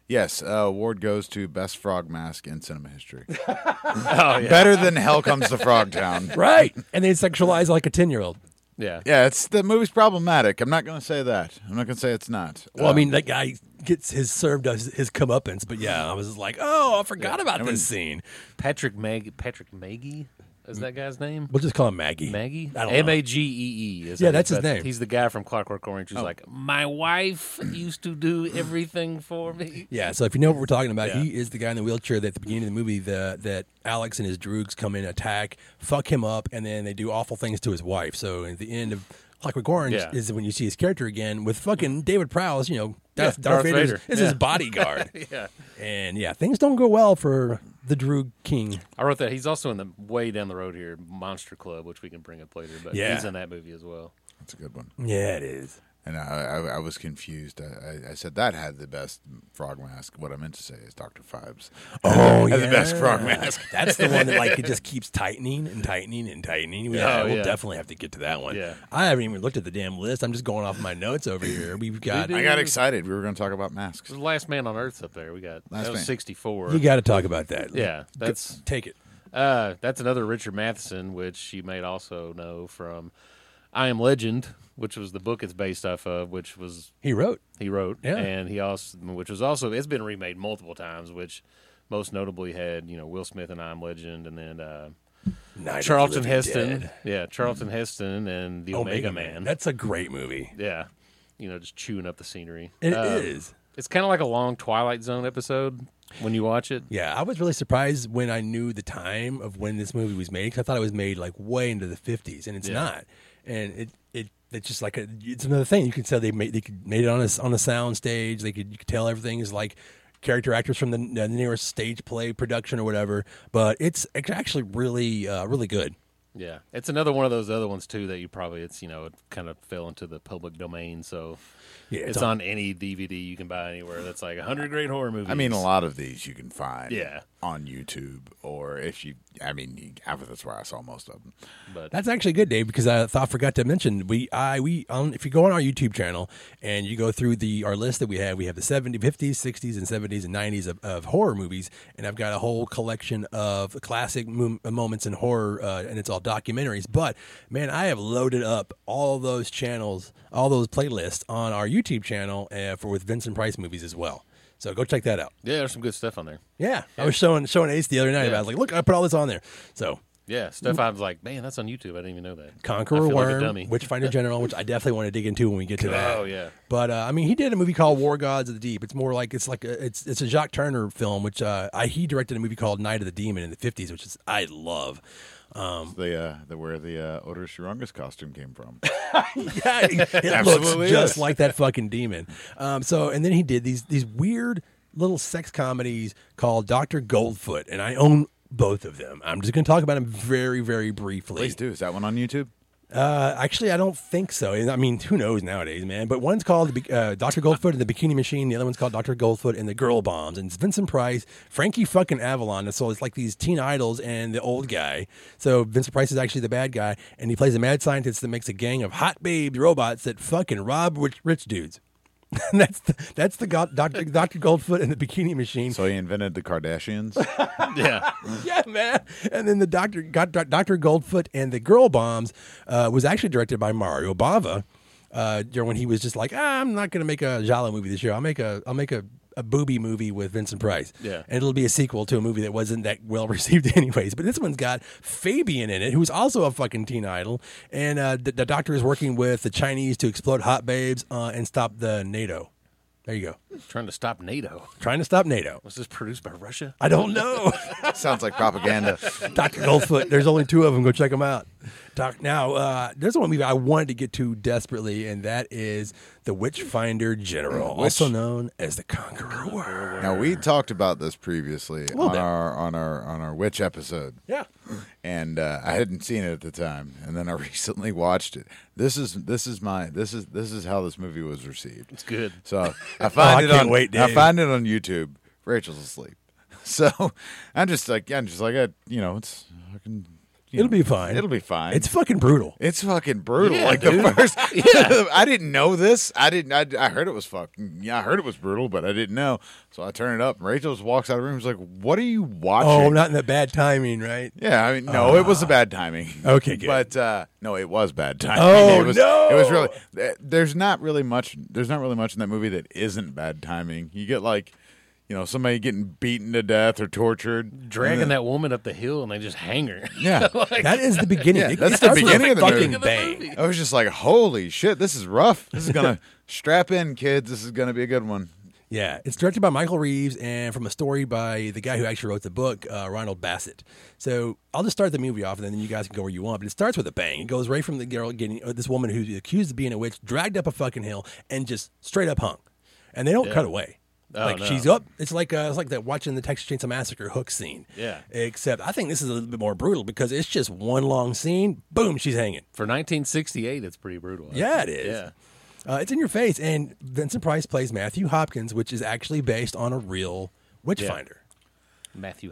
yes. Uh, award goes to best frog mask in cinema history.
Oh, yeah.
Better than Hell Comes to Frog Town.
(laughs)
(laughs)
Right, and they sexualize like a ten year old.
Yeah.
Yeah, it's the movie's problematic. I'm not going to say that. I'm not going to say it's not.
Well, I mean, that guy gets his served us his comeuppance, but yeah, I was just like, oh, I forgot about this scene.
Patrick Mag Patrick Maggie is that guy's name?
We'll just call him Maggie.
Maggie?
I don't
M
know.
A G E E. is
Yeah,
that-
that's his name. Oh.
He's the guy from Clockwork Orange who's like, my wife used to do everything for
(laughs)
me.
Yeah, so if you know what we're talking about, he is the guy in the wheelchair that at the beginning of the movie the, that Alex and his droogs come in, attack, fuck him up, and then they do awful things to his wife. So at the end of Clockwork Orange
Yeah.
is when you see his character again with fucking David Prowse, you know, Darth, Darth
Yeah, Darth
Vader is,
Vader.
is his bodyguard.
(laughs) Yeah.
And yeah, things don't go well for the Droog King.
I wrote that. He's also in the way down the road here, Monster Club, which we can bring up later. But
Yeah.
he's in that movie as well.
That's a good one.
Yeah, it is.
And I, I, I was confused. I, I- I said that had the best frog mask. What I meant to say is Doctor Fives.
Oh,
(laughs) Had the
(laughs)
best frog mask.
That's the one that like
(laughs)
it just keeps tightening and tightening and tightening. We,
Yeah. Oh,
we'll
yeah.
definitely have to get to that one.
Yeah.
I haven't even looked at the damn list. I'm just going off my notes over here. We've got
I got excited. We were going to talk about masks.
The last man on Earth's up there. We got
Last
that was
Man.
sixty four.
you got to talk about that.
Yeah, that's
take it.
Uh, that's another Richard Matheson, which you may also know from I Am Legend, which was the book it's based off of, which was
He wrote.
he wrote,
Yeah.
and he also, which was also, it's been remade multiple times, which most notably had you know Will Smith and I Am Legend, and then uh,
Night of the
Charlton
Living
Heston,
Dead.
yeah, Charlton Heston and the Omega, Man,
That's a great movie.
yeah, you know, just chewing up the scenery.
It is.
Uh, It's kind of like a long Twilight Zone episode when you watch it.
Yeah, I was really surprised when I knew the time of when this movie was made 'cause I thought it was made like way into the fifties, and it's
Yeah.
not. And it it it's just like a, it's another thing you can tell they made they could made it on a s- on a sound stage. They could you could tell everything is like character actors from the, the nearest stage play production or whatever. But it's it's actually really uh, really good.
Yeah, it's another one of those other ones too that you probably it's you know it kind of fell into the public domain, so
Yeah,
it's, on, any DVD you can buy anywhere. That's like hundred great horror movies.
I mean, a lot of these you can find
Yeah.
on YouTube, or if you, I mean, you- I- that's where I saw most of them.
but
That's actually good, Dave, because I thought I forgot to mention we I we on if you go on our YouTube channel and you go through the our list that we have, we have the 70s, 50s, 60s, and 70s and 90s of, of horror movies, and I've got a whole collection of classic mo- moments in horror, uh, and it's all documentaries. But man, I have loaded up all those channels, all those playlists on our YouTube channel uh, for with Vincent Price movies as well. So go check that out.
yeah, there's some good stuff on there.
Yeah, I was showing showing Ace the other night.
Yeah.
About it. I was like, look, I put all this on there. So
Yeah, stuff I was like, man, that's on YouTube. I didn't even know that. I
Conqueror
feel like a
Worm,
dummy.
Witchfinder General, which I definitely want to dig into when we get to that.
(laughs) Oh, yeah.
But uh, I mean, he did a movie called War Gods of the Deep. It's more like it's like a, it's it's a Jacques Turner film, which uh, I, he directed a movie called Night of the Demon in the fifties, which is I love.
(laughs)
Um,
The, uh, the where the uh, Odor Shurungus costume
(laughs)
came from.
yeah, (laughs) it- it
Absolutely
looks just
is.
like that fucking demon. Um, so and then he did these these weird little sex comedies called Doctor Goldfoot, and I own both of them. I'm just going to talk about them very very briefly.
Please do. Is that one on YouTube?
Uh, actually, I don't think so. I mean, who knows nowadays, man? But one's called uh, Doctor Goldfoot and the Bikini Machine. The other one's called Doctor Goldfoot and the Girl Bombs. And it's Vincent Price, Frankie fucking Avalon. And so it's like these teen idols and the old guy. So Vincent Price is actually the bad guy, and he plays a mad scientist that makes a gang of hot babes robots that fucking rob rich, rich dudes. (laughs) And that's the, that's the go- Doctor Doctor Goldfoot and the Bikini Machine.
So he invented the Kardashians.
(laughs) yeah,
(laughs) Yeah, man. And then the Doctor got Doctor Goldfoot and the Girl Bombs uh, was actually directed by Mario Bava. Uh, during when he was just like, ah, I'm not gonna make a Jala movie this year. I'll make a I'll make a, a booby movie with Vincent Price.
Yeah.
And it'll be a sequel to a movie that wasn't that well (laughs) received anyways. But this one's got Fabian in it, who's also a fucking teen idol. And uh, the, the doctor is working with the Chinese to explode hot babes uh, and stop the NATO. There you go.
trying to stop NATO.
Trying to stop NATO.
Was this produced by Russia?
I don't know. (laughs)
Sounds like propaganda.
Dr. Goldfoot. There's only two of them. Go check them out. Doc, now, uh, there's one movie I wanted to get to desperately, and that is The Witchfinder General, also known as The Conqueror Worm.
Now we talked about this previously
little
on
bit.
our on our on our witch episode.
Yeah.
and uh, I hadn't seen it at the time, and then I (laughs) recently watched it. This is this is my this is this is how this movie was received.
It's good.
(laughs)
So I find
Oh,
it
can't
on
wait,
I
Dave.
find it on YouTube. Rachel's asleep, (laughs) so I'm just like I'm just like I, you know it's I can, you
It'll
know,
be fine.
It'll be fine.
It's fucking brutal.
It's fucking brutal.
Yeah,
like the
dude.
(laughs)
first, (laughs) I didn't know this. I didn't. I, I heard it was fucking. Yeah, I heard it was brutal, but I didn't know. So I turn it up. And Rachel just walks out of the room. She's like, "What are you watching?"
Oh, not in the bad timing, right?
Yeah, I mean, no, it was a bad timing.
Ah. (laughs) Okay, good.
but uh, no, it was bad timing.
Oh,
it was,
no!
It was really. th- There's not really much. There's not really much in that movie that isn't bad timing. You get like, you know, somebody getting beaten to death or tortured,
Dragging
and then-
that woman up the hill and they just hang her. (laughs)
(laughs) Yeah,
That is the beginning.
(laughs) Yeah,
It-
that's
it
the
starts with a
beginning of the
fucking
movie.
bang.
I was just like, holy shit, this is rough. This
(laughs)
is gonna strap in, kids. This is gonna be a good one.
Yeah, it's directed by Michael Reeves and from a story by the guy who actually wrote the book, uh, Ronald Bassett. So I'll just start the movie off, and then you guys can go where you want. But it starts with a bang. It goes right from the girl getting uh, this woman who's accused of being a witch, dragged up a fucking hill, and just straight up hung. And they don't cut away.
Oh,
like
no.
she's up. It's like uh, it's like that watching the Texas Chainsaw Massacre hook scene.
Yeah.
Except I think this is a little bit more brutal because it's just one long scene. Boom, she's hanging.
For 1968, it's pretty brutal. I
Yeah, it
think.
is.
Yeah.
Uh, it's in your face. And Vincent Price plays Matthew Hopkins, which is actually based on a real witch
Yeah.
finder.
Matthew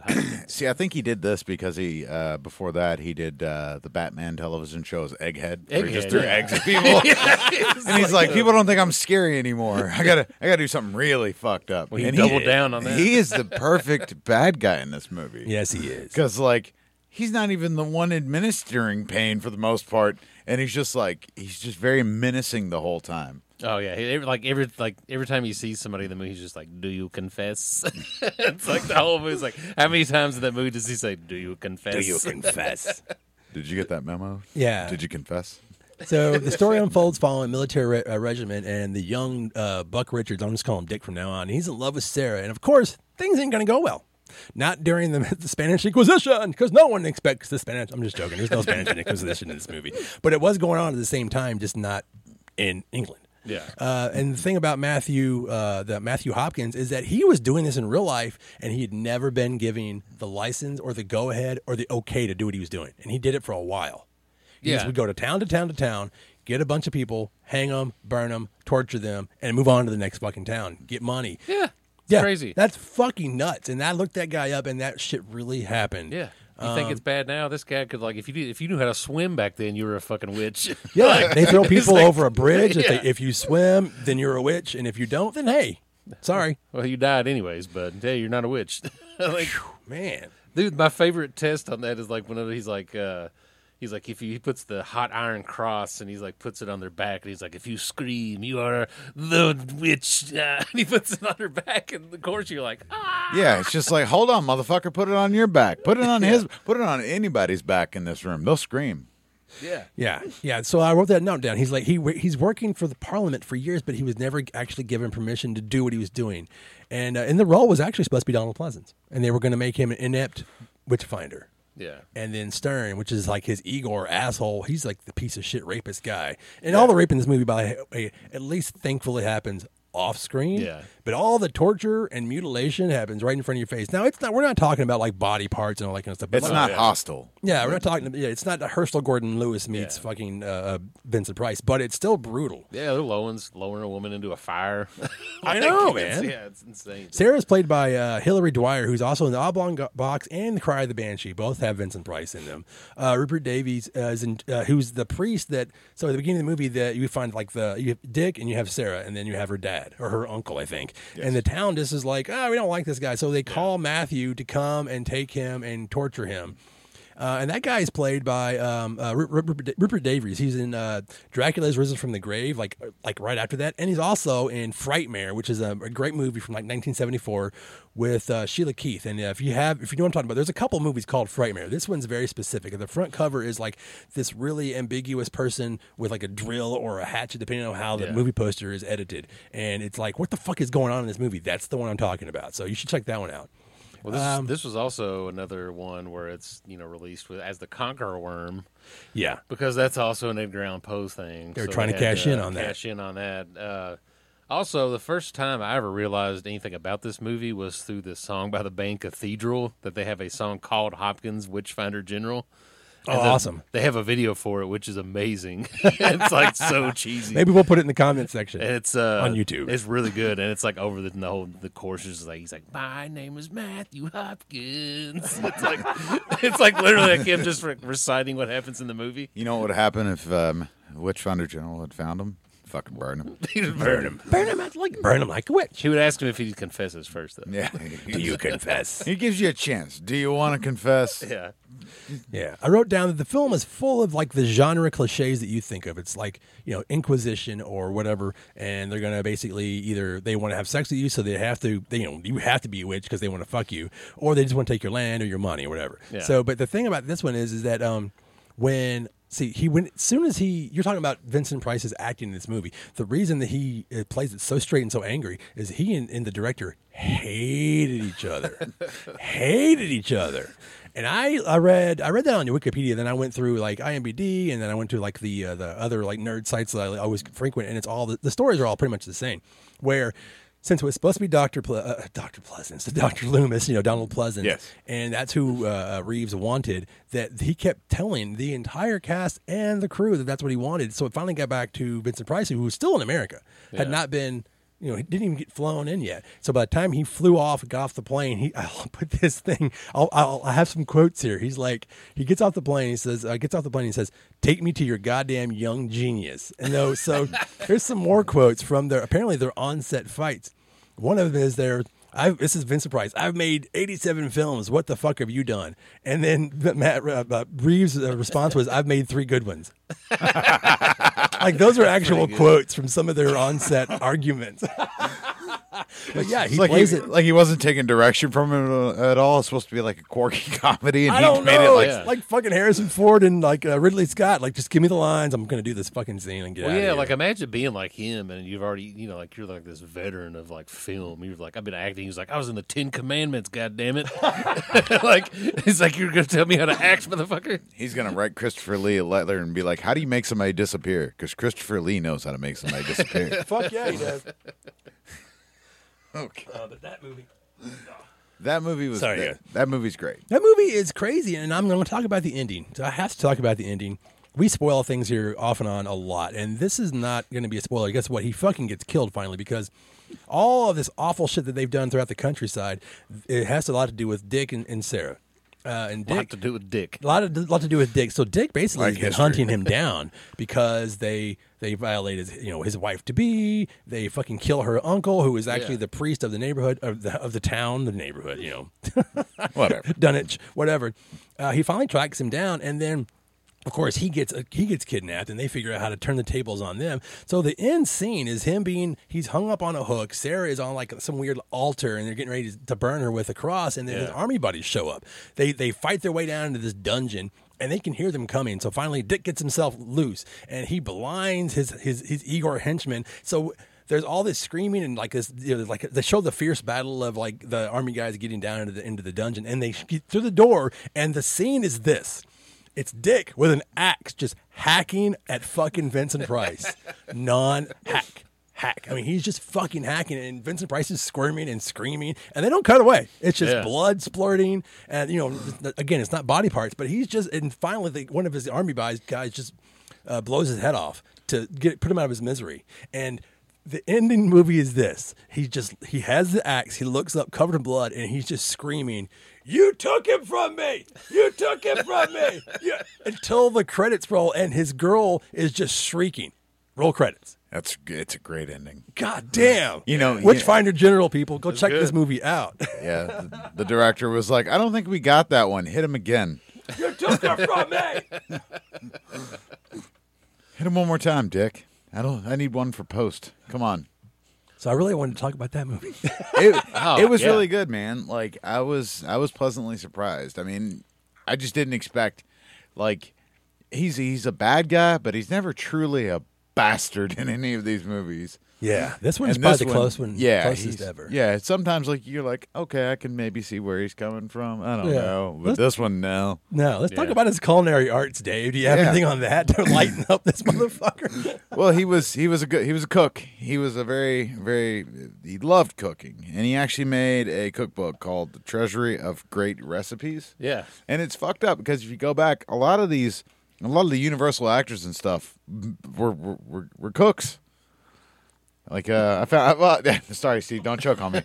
(laughs)
(laughs) Hopkins.
See, I think he did this because he uh, before that he did uh, the Batman television shows Egghead, where he just
Egghead,
threw
yeah.
eggs at
(laughs)
people, and he's like,
uh,
people don't think I'm scary anymore. I gotta, I gotta do something really fucked up.
Well, he
And
doubled down on that.
He is the perfect bad guy in this movie.
Yes, he is.
because like he's not even the one administering pain for the most part, and he's just like he's just very menacing the whole time.
Oh yeah, He- every, like every like every time you see somebody in the movie, he's just like, "Do you confess?" (laughs) it's like the whole movie's like, how many times in that movie does he say, "Do you confess?"
Do you confess?
Did you get that memo?
Yeah.
Did you confess?
So the story unfolds following a military re- uh, regiment and the young uh, Buck Richards. I'm just calling him Dick from now on. He's in love with Sarah, and of course, things ain't going to go well. Not during the, (laughs) the Spanish Inquisition, because no one expects the Spanish. I'm just joking. There's no Spanish (laughs) Inquisition in this movie, but it was going on at the same time, just not in England.
Yeah.
Uh, and the thing about Matthew, uh, that Matthew Hopkins, is that he was doing this in real life, and he had never been giving the license or the go ahead or the okay to do what he was doing, and he did it for a while. He just
Yeah.
would go to town to town to town, get a bunch of people, hang them, burn them, torture them, and move on to the next fucking town, get money.
(laughs) Yeah.
Yeah,
Crazy.
That's fucking nuts. And I looked that guy up, and that shit really happened.
yeah. You think
Um,
it's bad now? This guy could like if you did, if you knew how to swim back then, you were a fucking witch. (laughs)
Yeah, they throw people
like-
over a bridge. If,
Yeah.
they, if you swim, then you're a witch, and if you don't, then
(laughs)
hey, sorry,
well, you died anyways, but hey, you're not a witch. (laughs) like,
man.
dude, my favorite test on that is like whenever he's like. uh He's like, if you, he puts the hot iron cross and he's like, puts it on their back and he's like, if you scream, you are the witch. (laughs) and he puts it on her back. And of course, you're like, ah.
Yeah, it's just like, hold on, motherfucker, put it on your back. Put it
(laughs)
on his put it on anybody's back in this room. They'll scream.
Yeah.
Yeah, yeah. So I wrote that note down. He's like he he's working for the Parliament for years, but he was never actually given permission to do what he was doing, and uh, and the role was actually supposed to be Donald Pleasance, and they were going to make him an inept witch finder,
Yeah.
and then Stern, which is like his Igor asshole, he's like the piece of shit rapist guy, and all the rape in this movie, by the way, at least thankfully happens off screen,
Yeah.
but all the torture and mutilation happens right in front of your face. Now it's not we're not talking about like body parts and all that kind of stuff. but
It's
Oh,
like-
not hostile.
yeah, we're not talking. Yeah, it's not Herschel Gordon Lewis meets fucking uh, uh, Vincent Price, but it's still brutal.
Yeah, they're Lowens lowering a woman into a fire. (laughs)
I know,
it's-
Oh, man.
Yeah, it's insane.
Sarah's played by uh, Hillary Dwyer, who's also in the Oblong Go- Box and the Cry of the Banshee. Both have Vincent Price in them. Uh, Rupert Davies, uh, is in, uh, who's the priest that. So at the beginning of the movie, that you find like the you have Dick and you have Sarah, and then you have her dad or her uncle, I think. And the town just is like, oh, we don't like this guy, so they call Matthew to come and take him and torture him. Uh, and that guy is played by um, uh, Ru- Ru- Rupert, Rupert Davies. He's in uh, Dracula's Risen from the Grave, like uh, like right after that, and he's also in Frightmare, which is a, a great movie from like 1974 with uh, Sheila Keith. And if you have, if you know what I'm talking about, there's a couple movies called Frightmare. This one's very specific. The front cover is like this really ambiguous person with like a drill or a hatchet, depending on how the
Yeah.
movie poster is edited. And it's like, what the fuck is going on in this movie? That's the one I'm talking about. So you should check that one out.
Well, this, this was also another one where it's you know released with as the Conqueror Worm
Yeah.
because that's also an Edgar Allan Poe thing.
They were trying to cash in on that.
Cash in on that. Uh, also, the first time I ever realized anything about this movie was through this song by the Bang Cathedral that they have a song called Hopkins Witchfinder General.
Oh,
And the-
awesome.
They have a video for it, which is amazing. (laughs) it's
(laughs)
like so cheesy.
Maybe we'll put it in the comment section.
And it's uh,
On YouTube.
It's really good, and it's like over the, the whole the course is like he's like, my name is Matthew Hopkins. (laughs) It's like it's like literally like him just re- reciting what happens in the movie. (laughs)
You know what would happen if um, Witchfinder General had found him? Fucking burn him.
He'd burn him.
Burn him out like burn him like a witch.
He would ask him if he confesses first, though.
(laughs)
Yeah.
Do you (laughs) confess?
He gives you a chance. Do you want to confess?
Yeah,
yeah. I wrote down that the film is full of like the genre cliches that you think of. It's like, you know, Inquisition or whatever, and they're gonna basically either they want to have sex with you, so they have to they you know, you have to be a witch because they want to fuck you, or they just want to take your land or your money or whatever.
Yeah.
So but the thing about this one is is that um when see he when as soon as he you're talking about Vincent Price's acting in this movie the reason that he uh, plays it so straight and so angry is he and, and the director hated each other hated each other and I, I read I read that on Wikipedia then I went through like IMDb and then I went to like the uh, the other like nerd sites that I always frequent and it's all the, the stories are all pretty much the same where since it was supposed to be Doctor Ple- uh, Doctor Pleasance, (laughs) Doctor Loomis, you know Donald Pleasance,
Yes.
and that's who uh, Reeves wanted. That he kept telling the entire cast and the crew that that's what he wanted. So it finally got back to Vincent Price, who was still in America, had
Yeah.
not been. You know, he didn't even get flown in yet. So by the time he flew off, got off the plane, he (laughs) I'll put this thing. I'll, I'll I have some quotes here. He's like, he gets off the plane. He says, uh, gets off the plane. He says, "Take me to your goddamn young genius." And though, so here's some more quotes from their apparently their onset fights. One of them is there. I've, this is Vincent Price. I've made 87 films. What the fuck have you done? And then the- Matt uh, uh, Reeves' uh, response was, "I've made three good ones." (laughs) like those are actual quotes from some of their onset
(laughs)
arguments. but yeah, he
It's like
plays
he,
it.
like he wasn't taking direction from it at all. It's supposed to be like a quirky (laughs) comedy, and
I
he
don't
made
know.
it like
It's like fucking Harrison Ford and like uh, Ridley Scott. Like, just give me the lines. I'm gonna do this fucking scene and get
Well,
out.
yeah, like imagine being like him, and you've already, you know, like you're like this veteran of like film. You're like, I've been acting. He's like, I was in the Ten Commandments, God damn it! (laughs) like, he's like, you're gonna tell me how to act, motherfucker.
he's gonna write Christopher Lee a letter and be like, "How do you make somebody disappear?" Because Christopher Lee knows how to
(laughs)
make somebody disappear.
fuck yeah, he
(laughs)
does.
okay.
Uh, but that movie.
That movie was
Sorry,
that,
yeah.
that movie's great.
(laughs) That movie is crazy, and I'm going to talk about the ending. So I have to talk about the ending. We spoil things here off and on a lot, and this is not going to be a spoiler. Guess what? He fucking gets killed finally because all of this awful shit that they've done throughout the countryside, it has a lot to do with Dick and, and Sarah. Uh, and
What
Dick,
to do with Dick?
a lot of lot to do with Dick. So Dick basically
Like
has been
history.
hunting him down because they they violated you know his wife to be. They fucking kill her uncle, who is actually
Yeah.
the priest of the neighborhood of the of the town, the neighborhood. You know, (laughs)
Whatever.
Dunwich, whatever. Uh, he finally tracks him down, and then, of course, he gets uh, he gets kidnapped, and they figure out how to turn the tables on them. So the end scene is him being he's hung up on a hook. Sarah is on like some weird altar, and they're getting ready to, to burn her with a cross. And then his
Yeah.
army buddies show up. They they fight their way down into this dungeon. And they can hear them coming. So finally, Dick gets himself loose, and he blinds his his, his Igor henchman. So there's all this screaming and like this, you know, like they show the fierce battle of like the army guys getting down into the into the dungeon, and they get through the door, and the scene is this: it's Dick with an axe just hacking at fucking Vincent Price, non-hack. Hack. I mean, he's just fucking hacking, and Vincent Price is squirming and screaming, and they don't cut away. It's just
Yeah.
blood splurting, and you know, again, it's not body parts, but he's just. And finally, the, one of his army guys guys just uh, blows his head off to get put him out of his misery. And the ending movie is this: he just he has the axe, he looks up covered in blood, and he's just screaming, "You took him from me! You took him from me!" (laughs) Yeah. Until the credits roll, and his girl is just shrieking. Roll credits.
That's g- it's a great ending.
God damn!
You know,
Witchfinder
yeah.
General people, go check this
good.
movie out.
Yeah. The, the director was like, "I don't think we got that one. Hit him again.
(laughs) you took him from me.
Hit him one more time, Dick. I don't. I need one for post. Come on."
So I really wanted to talk about that
(laughs)
movie.
it,
(laughs) Oh,
it was
yeah.
really good, man. Like I was I was pleasantly surprised. I mean, I just didn't expect like he's he's a bad guy, but he's never truly a bastard (laughs) in any of these movies.
yeah, this one's
And
probably
this
the
one-
close one,
yeah,
closest
he's-
ever.
Yeah, sometimes like you're like, okay, I can maybe see where he's coming from. I don't
Yeah.
know, but
Let's-
this one, no.
No, let's talk
Yeah.
about his culinary arts, Dave. Do you have
Yeah.
anything on that
(laughs)
to lighten up this motherfucker? (laughs)
Well, he was he was a good he was a cook. He was a very very he loved cooking, and he actually made a cookbook called "The Treasury of Great Recipes."
Yeah.
and it's fucked up because if you go back, a lot of these, a lot of the Universal actors and stuff were were, were, were cooks. Like uh, I found. Well, (laughs) sorry, Steve, don't choke on me.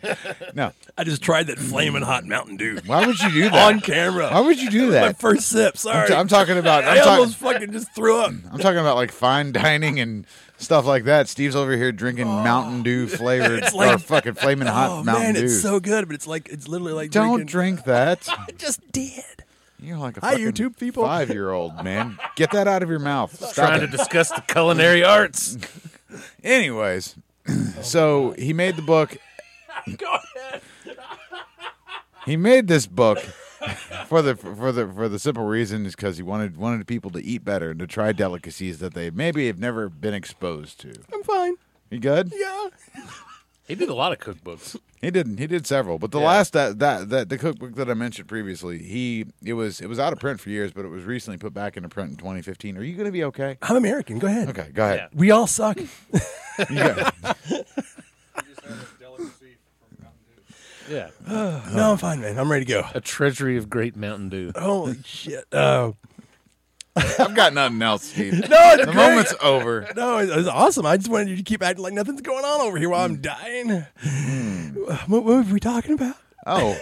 No,
I just tried that flaming hot Mountain
(laughs)
Dew
why would you do that?
on camera.
Why would you
(laughs)
do
My
that?
first sip.
I'm,
Sorry,
t- I'm talking about.
I
I'm, talk-
almost fucking just threw
(laughs)
up.
I'm talking about like fine dining and stuff like that. Steve's over here drinking Mountain Dew
Oh. (laughs)
flavored
It's like-
or fucking flaming hot
oh
Mountain
man,
Dew.
it's so good, but it's like it's literally like
don't
drinking-
drink that.
I (laughs) just did.
You're like a
Hi,
fucking
YouTube people.
five year old man. Get that out of your mouth. Stop
Trying
it.
to discuss the culinary arts.
Anyways, (clears throat) so he made the book.
(laughs) Go ahead.
He made this book (laughs) for the for the for the simple reason is because he wanted wanted people to eat better and to try delicacies that they maybe have never been exposed to.
I'm fine.
You good?
Yeah.
He did a lot of cookbooks.
He didn't. He did several, but the
Yeah.
last that, that that the cookbook that I mentioned previously, he it was it was out of print for years, but it was recently put back into print in 2015. Are you going to be okay?
(laughs) I'm American. Go ahead.
Okay, go ahead.
We all suck.
You go.
Yeah.
no, I'm fine, man. I'm ready to
(laughs)
go.
A treasury of great Mountain Dew.
Holy shit! Oh
(laughs) I've got nothing
(laughs)
else, Steve.
no, it's
the moment's over.
No, it was awesome. I just wanted you to keep acting like nothing's going on over here while I'm dying. What, what were we talking about?
Oh,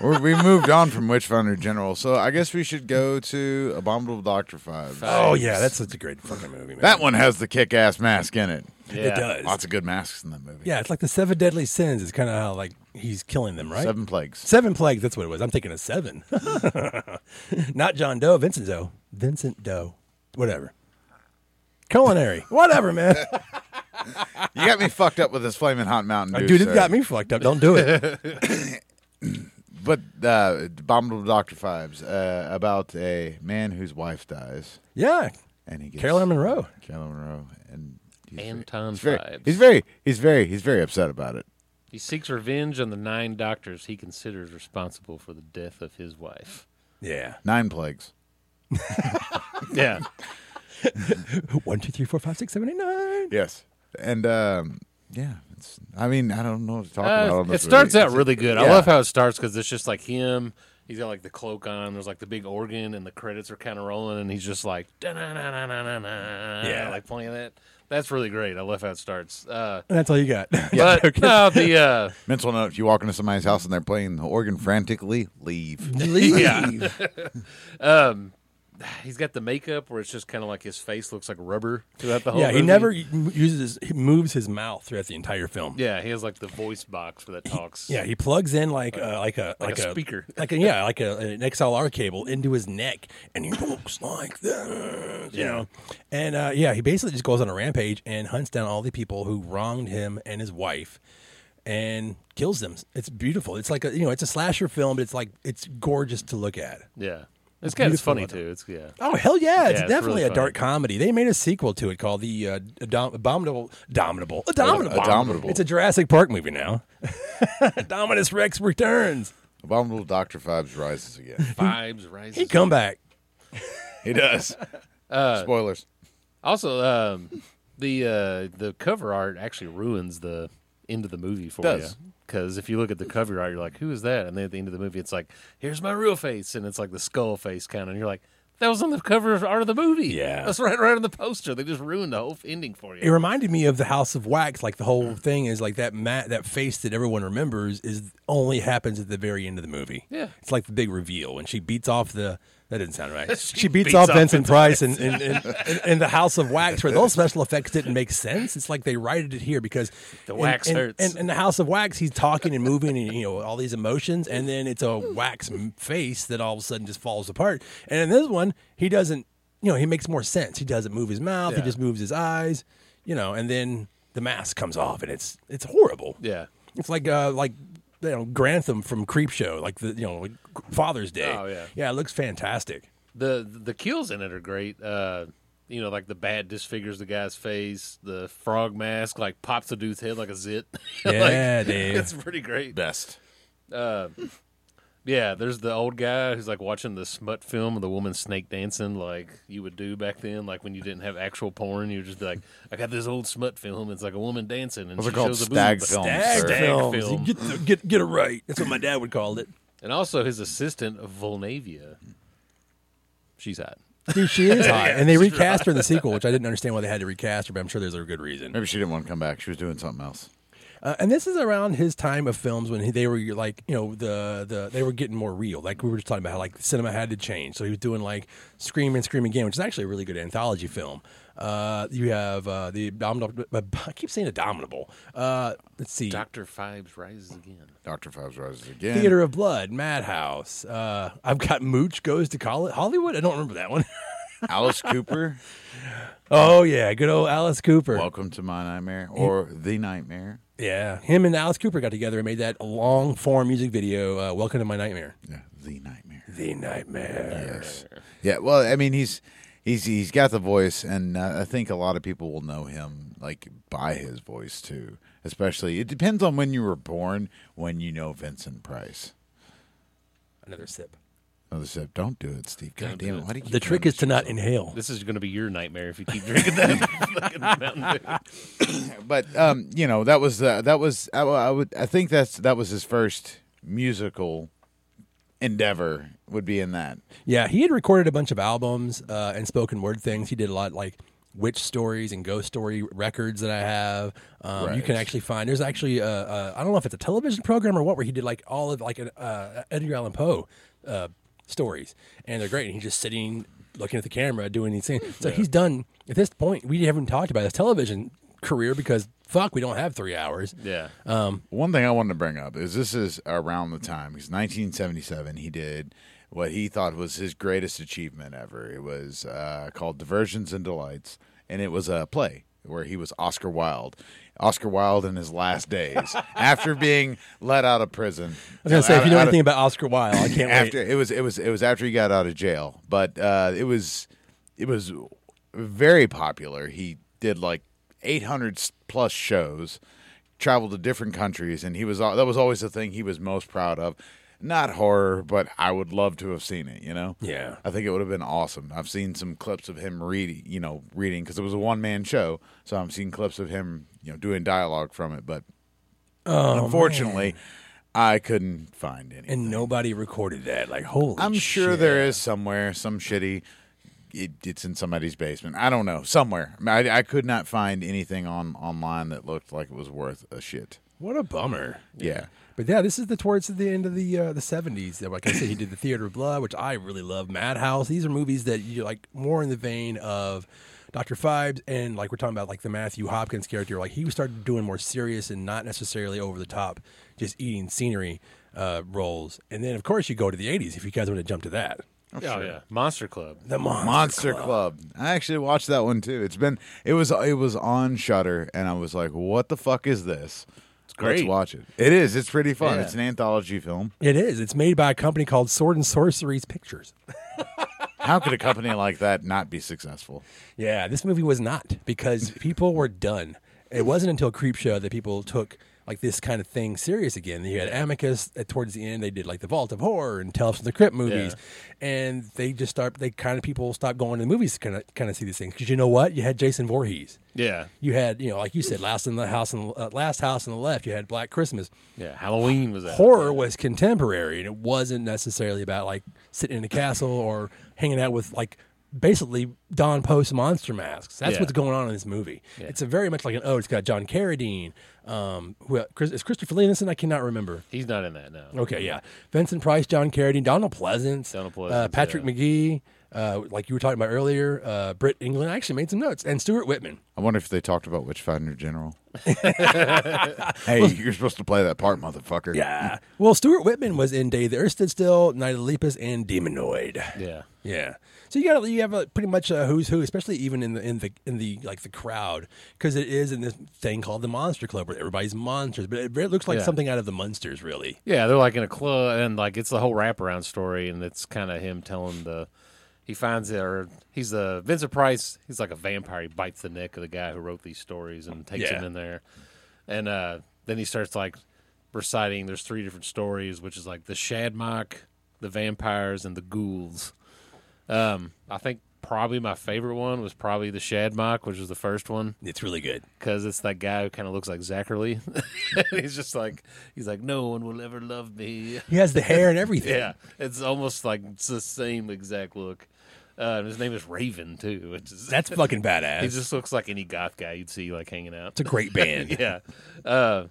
we're, we moved on from Witch Finder General, so I guess we should go to Abominable Doctor Five.
Oh yeah, that's such a great fucking movie, man.
That one has the kick-ass mask in it.
it
Yeah.
does.
Lots of good masks in that movie.
yeah, it's like the seven deadly sins. Is kind of how like he's killing them, right?
Seven plagues.
Seven plagues. That's what it was. I'm thinking of seven. (laughs) Not John Doe. Vincent Doe. Vincent Doe. Whatever. Culinary. Whatever, man.
You got me fucked up with this flaming hot Mountain Dew.
Uh, Dude,
sir.
it got me fucked up. Don't do it.
But uh, Abominable Doctor Fives uh, about a man whose wife dies,
Yeah.
and he gets
Carolyn Monroe.
Carolyn Monroe, and he's very-
Anton
he's very,
Fives.
he's very, he's very, he's very upset about it.
He seeks revenge on the nine doctors he considers responsible for the death of his wife.
Yeah.
Nine plagues.
Yeah.
One, two, three, four, five, six, seven, eight, nine.
Yes, and um, yeah, it's. I mean, I don't know what to talk about.
Uh,
on
it
this
starts
movie.
out really good. I
yeah.
love how it starts because it's just like him. He's got like the cloak on. There's like the big organ, and the credits are kind of rolling, and he's just like,
Yeah.
yeah, like playing that. That's really great. I love how it starts.
(laughs)
Uh,
And that's all you got.
But no, the uh,
Mental note: If you walk into somebody's house and they're playing the organ frantically, leave.
Leave.
he's got the makeup where it's just kind of like his face looks like rubber throughout the whole.
Yeah, he
movie.
never uses he moves his mouth throughout the entire film.
Yeah, he has like the voice box where that talks.
Yeah, he plugs in like uh, like a like,
Like a speaker.
like a, yeah, like a, an XLR cable into his neck, and he looks like this, you know. And uh, yeah, he basically just goes on a rampage and hunts down all the people who wronged him and his wife, and kills them. It's beautiful. It's like a you know, it's a slasher film, but it's like it's gorgeous to look at.
yeah, it's kind of
beautiful
funny
weather.
too. It's yeah.
Oh hell yeah! It's
Yeah, it's
definitely
really
a dark comedy. They made a sequel to it called the uh, Adom- Abominable, Dominable, Abominable,
Abominable.
It's a Jurassic Park movie now. (laughs) Dominus Rex returns.
Abominable Doctor Fives rises again.
Vibes rises.
He come back.
He
(laughs)
does.
Uh,
Spoilers.
Also, um, the uh, the cover art actually ruins the end of the movie for
Does.
you. Because if you look at the cover art, you're like, "Who is that?" And then at the end of the movie, it's like, "Here's my real face," and it's like the skull face kind of. And you're like, "That was on the cover art of the movie.
Yeah.
that's right, right on the poster. They just ruined the whole ending for
It
you."
reminded me of the House of Wax. Like the whole thing is like that mat, that face that everyone remembers is only happens at the very end of the movie.
Yeah.
it's like the big reveal when she beats off the. That didn't sound right.
She
she, beats,
beats
off
off
Vincent Price in, in, in, in, in the House of Wax, where those special effects didn't make sense. It's like they righted it here because
The
in-
wax
in,
hurts.
In, in the House of Wax, he's talking and moving, and you know all these emotions, and then it's a wax m- face that all of a sudden just falls apart. And in this one, he doesn't. You know, he makes more sense. He doesn't move his mouth. He
Yeah.
just moves his eyes. You know, and then the mask comes off, and it's it's horrible.
Yeah.
It's like uh like you know Grantham from Creepshow, like the you know like Father's Day.
Oh, yeah.
yeah, it looks fantastic.
the the kills in it are great. Uh, you know, like the bat disfigures the guy's face. The frog mask like pops the dude's head like a zit. (laughs) Like,
Yeah, dude.
it's pretty great. Uh,
Best.
Yeah, there's the old guy who's like watching the smut film of the woman snake dancing, like you would do back then, like when you didn't have actual porn, you would just be like, "I got this old smut film. It's like a woman dancing, and
Those
she
are called
shows a
stag
boob."
films.
Stag
sir.
Stag
films.
film.
Get, the, get get it right. That's what my dad would call it.
And also his assistant Volnavia, she's hot.
Dude, she
(laughs)
is hot, and they recast her in the sequel, which I didn't understand why they had to recast her, but I'm sure there's a good reason.
Maybe she didn't want to come back. She was doing something else.
Uh, and this is around his time of films when he, they were like, you know, the the they were getting more real. Like we were just talking about how like cinema had to change. So he was doing like Scream and Scream Again, which is actually a really good anthology film. Uh, you have uh, (laughs) the Abominable. I keep saying Abominable. Uh, let's see.
Doctor Fibes rises again.
Doctor Fives rises again.
Theater of Blood, Madhouse. Uh, I've got Mooch Goes to College, Hollywood. I don't remember that one. (laughs)
Alice Cooper. (laughs)
oh yeah, good old Alice Cooper.
Welcome to my nightmare or the nightmare.
Yeah, him and Alice Cooper got together and made that long form music video. Uh, Welcome to my nightmare.
Yeah, the nightmare.
The nightmare.
Yes. Yeah. Well, I mean, he's he's he's got the voice, and uh, I think a lot of people will know him like by his voice too. Especially, it depends on when you were born. When you know Vincent Price.
Another sip.
Another sip. Don't do it, Steve. God damn it! Why do you keep
The trick
doing
is to not inhale.
This is going to be your nightmare if you keep drinking that (laughs) fucking Mountain Dew.
but um, you know that was uh, that was I, I would I think that's that was his first musical endeavor would be in that.
Yeah, he had recorded a bunch of albums uh, and spoken word things. He did a lot like witch stories and ghost story records that I have. Um, You can
Right.
actually find there's actually I a, I don't know if it's a television program or what where he did like all of like an, uh, Edgar Allan Poe uh, stories, and they're great. And he's just sitting looking at the camera doing these things. So he's done at this point. We haven't talked about his television career because fuck, we don't have three hours.
Yeah.
One thing I wanted to bring up is this is around the time he's 1977. He did what he thought was his greatest achievement ever. It was uh, called Diversions and Delights, and it was a play where he was Oscar Wilde. Oscar Wilde in his last
(laughs)
days after being let out of prison.
I was gonna say if you know
Out of-
anything about Oscar Wilde, I
(laughs)
can't wait.
after it was it was it was after he got out of jail, but uh, it was it was very popular. He did like 800 s- plus shows, traveled to different countries, and he was al- that was always the thing he was most proud of. Not horror, but I would love to have seen it. You know,
Yeah.
I think it would have been awesome. I've seen some clips of him reading, you know, reading because it was a one man show, so I've seen clips of him, you know, doing dialogue from it, but
Oh,
unfortunately. I couldn't find any.
And nobody recorded that. Like holy,
I'm sure
shit.
there is somewhere some shitty. It, it's in somebody's basement. I don't know. Somewhere. I, mean, I, I could not find anything on online that looked like it was worth a shit.
What a bummer.
Yeah.
But yeah, this is the towards the end of the uh, the seventies. Like I said, he did the Theater of Blood, which I really love. Madhouse. These are movies that you like more in the vein of Doctor Fibes, and like we're talking about like the Matthew Hopkins character. Like he started doing more serious and not necessarily over the top, just eating scenery uh, roles. And then of course you go to the eighties if you guys want to jump to that.
oh yeah. Monster Club.
The Monster,
Monster
Club.
Club. I actually watched that one too. It's been it was it was on Shutter, and I was like, "What the fuck is this?" It's
great.
Let's watch it. It is. It's pretty fun.
Yeah.
It's an anthology film.
It is. It's made by a company called Sword and Sorceries Pictures.
How could a company like that not be successful?
Yeah, this movie was not because people were done. It wasn't until Creepshow that people took like this kind of thing serious again. You had Amicus uh, towards the end; they did like the Vault of Horror and Tales from the Crypt movies, and they just start. They kind of people stopped going to the movies to kind of kind of see these things because you know what? You had Jason Voorhees.
Yeah.
You had you know like you said, last in the house and uh, last house on the left. You had Black Christmas.
Yeah. Halloween was that.
Horror was contemporary, and it wasn't necessarily about like sitting in a castle or hanging out with like basically Don Post monster masks. That's
Yeah.
what's going on in this movie. It's a very much like an oh, it's got John Carradine. Um, who, Chris, is Christopher Lee innocent? I cannot remember.
He's not in that now.
Okay, yeah, Vincent Price, John Carradine, Donald Pleasance,
Donald
uh,
Pleasance,
Patrick
yeah.
McGee, uh, like you were talking about earlier, uh, Britt England. I actually made some notes, and Stuart Whitman.
I wonder if they talked about Witchfinder General. hey, you're supposed to play that part, motherfucker.
Yeah. Well, Stuart Whitman was in Day the Earth Stood Still, Night of the Lepus, and Demonoid.
Yeah.
Yeah. So you got you have a, pretty much a who's who, especially even in the in the in the like the crowd, because it is in this thing called the Monster Club where everybody's monsters, but it, it looks like
Yeah.
something out of the Munsters, really.
Yeah, they're like in a club, and like it's the whole wraparound story, and it's kind of him telling the he finds it, or he's the Vincent Price. He's like a vampire. He bites the neck of the guy who wrote these stories and takes
Yeah.
him in there, and uh, then he starts like reciting. There's three different stories, which is like the Shadmock, the vampires, and the ghouls. Um, I think probably my favorite one was probably the Shadmock, which was the first one
It's really good.
because it's that guy who kind of looks like Zachary. (laughs) he's just like he's like no one will ever love me. (laughs)
He has the hair and (laughs) everything.
Yeah, it's almost like it's the same exact look. Uh, and his name is Raven too, which is
That's fucking badass.
he just looks like any goth guy you'd see like hanging out.
it's a great (laughs) band.
(laughs) Yeah, uh,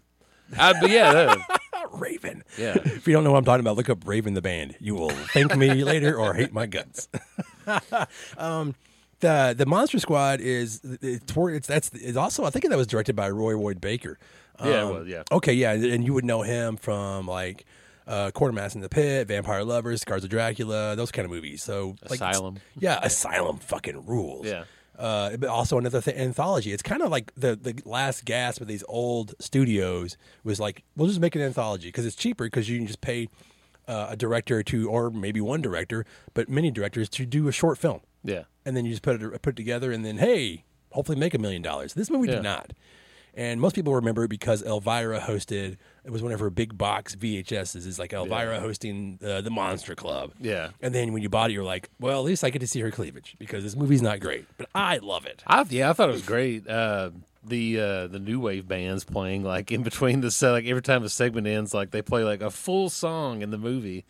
I, but yeah, that-
Raven.
yeah.
(laughs) If you don't know what I'm talking about, look up Raven the band. You will thank me (laughs) later or hate my guts. (laughs) um, the the Monster Squad is it's, toward- it's that's it's also I think that was directed by Roy Ward Baker. Um,
Yeah, it was, yeah.
Okay, yeah, and you would know him from like uh, Quartermass in the Pit, Vampire Lovers, Scars of Dracula, those kind of movies. So like, it's-
Asylum.
yeah, Asylum fucking rules.
Yeah.
Uh, but also another th- anthology. It's kind of like the the last gasp of these old studios was like, we'll just make an anthology because it's cheaper because you can just pay uh, a director to, or maybe one director, but many directors to do a short film,
yeah.
and then you just put it put it together, and then hey, hopefully make a million dollars. This movie
Yeah.
did not, and most people remember it because Elvira hosted. It was one of her big box VHSs. Is like Elvira hosting uh, the Monster Club.
Yeah.
and then when you bought it, you're like, well,
(laughs)
at least I get to see her cleavage because this movie's not great, but I love it.
I yeah, I thought it was great. Uh, the uh, the new wave bands playing like in between the se- like every time the segment ends like they play like a full song in the movie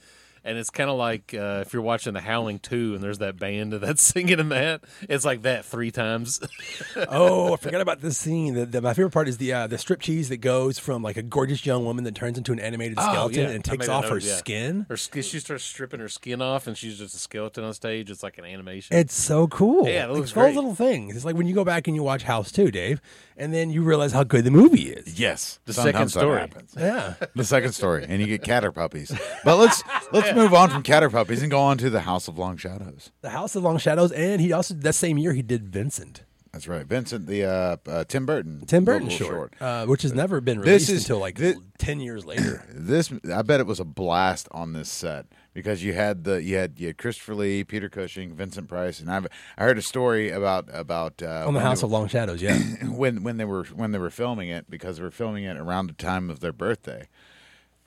and it's kind of like uh, if you're watching the howling 2 and there's that band (laughs) that's singing in that it's like that three times (laughs)
Oh, I forgot about this scene. The, the, my favorite part is the uh, the strip cheese that goes from like a gorgeous young woman that turns into an animated skeleton
Oh, yeah.
Oh, and
I
takes
made a
off her
note, yeah.
skin.
her skin she starts stripping her skin off and she's just a skeleton on stage it's like an animation
It's so cool.
Yeah, it looks
it's all
great.
little things. It's like when you go back and you watch House 2, Dave, and then you realize how good the movie is.
Yes,
The
sometimes
second story.
(laughs)
That happens.
Yeah.
The second story, and you get catter puppies. But let's let's move on from catter puppies and go on to the House of Long Shadows.
the House of Long Shadows, and he also that same year he did Vincent,
That's right, Vincent the uh, uh, Tim Burton.
Tim Burton
little
short, Uh, which has never been
This
released
is-
until like
thi-
ten years
(coughs)
later.
This I bet it was a blast on this set because you had the you had you had Christopher Lee, Peter Cushing, Vincent Price, and I've I heard a story about about uh,
On the
when
House
they-
of Long Shadows,
(coughs)
yeah.
when when they were when they were filming it because they were filming it around the time of their birthday.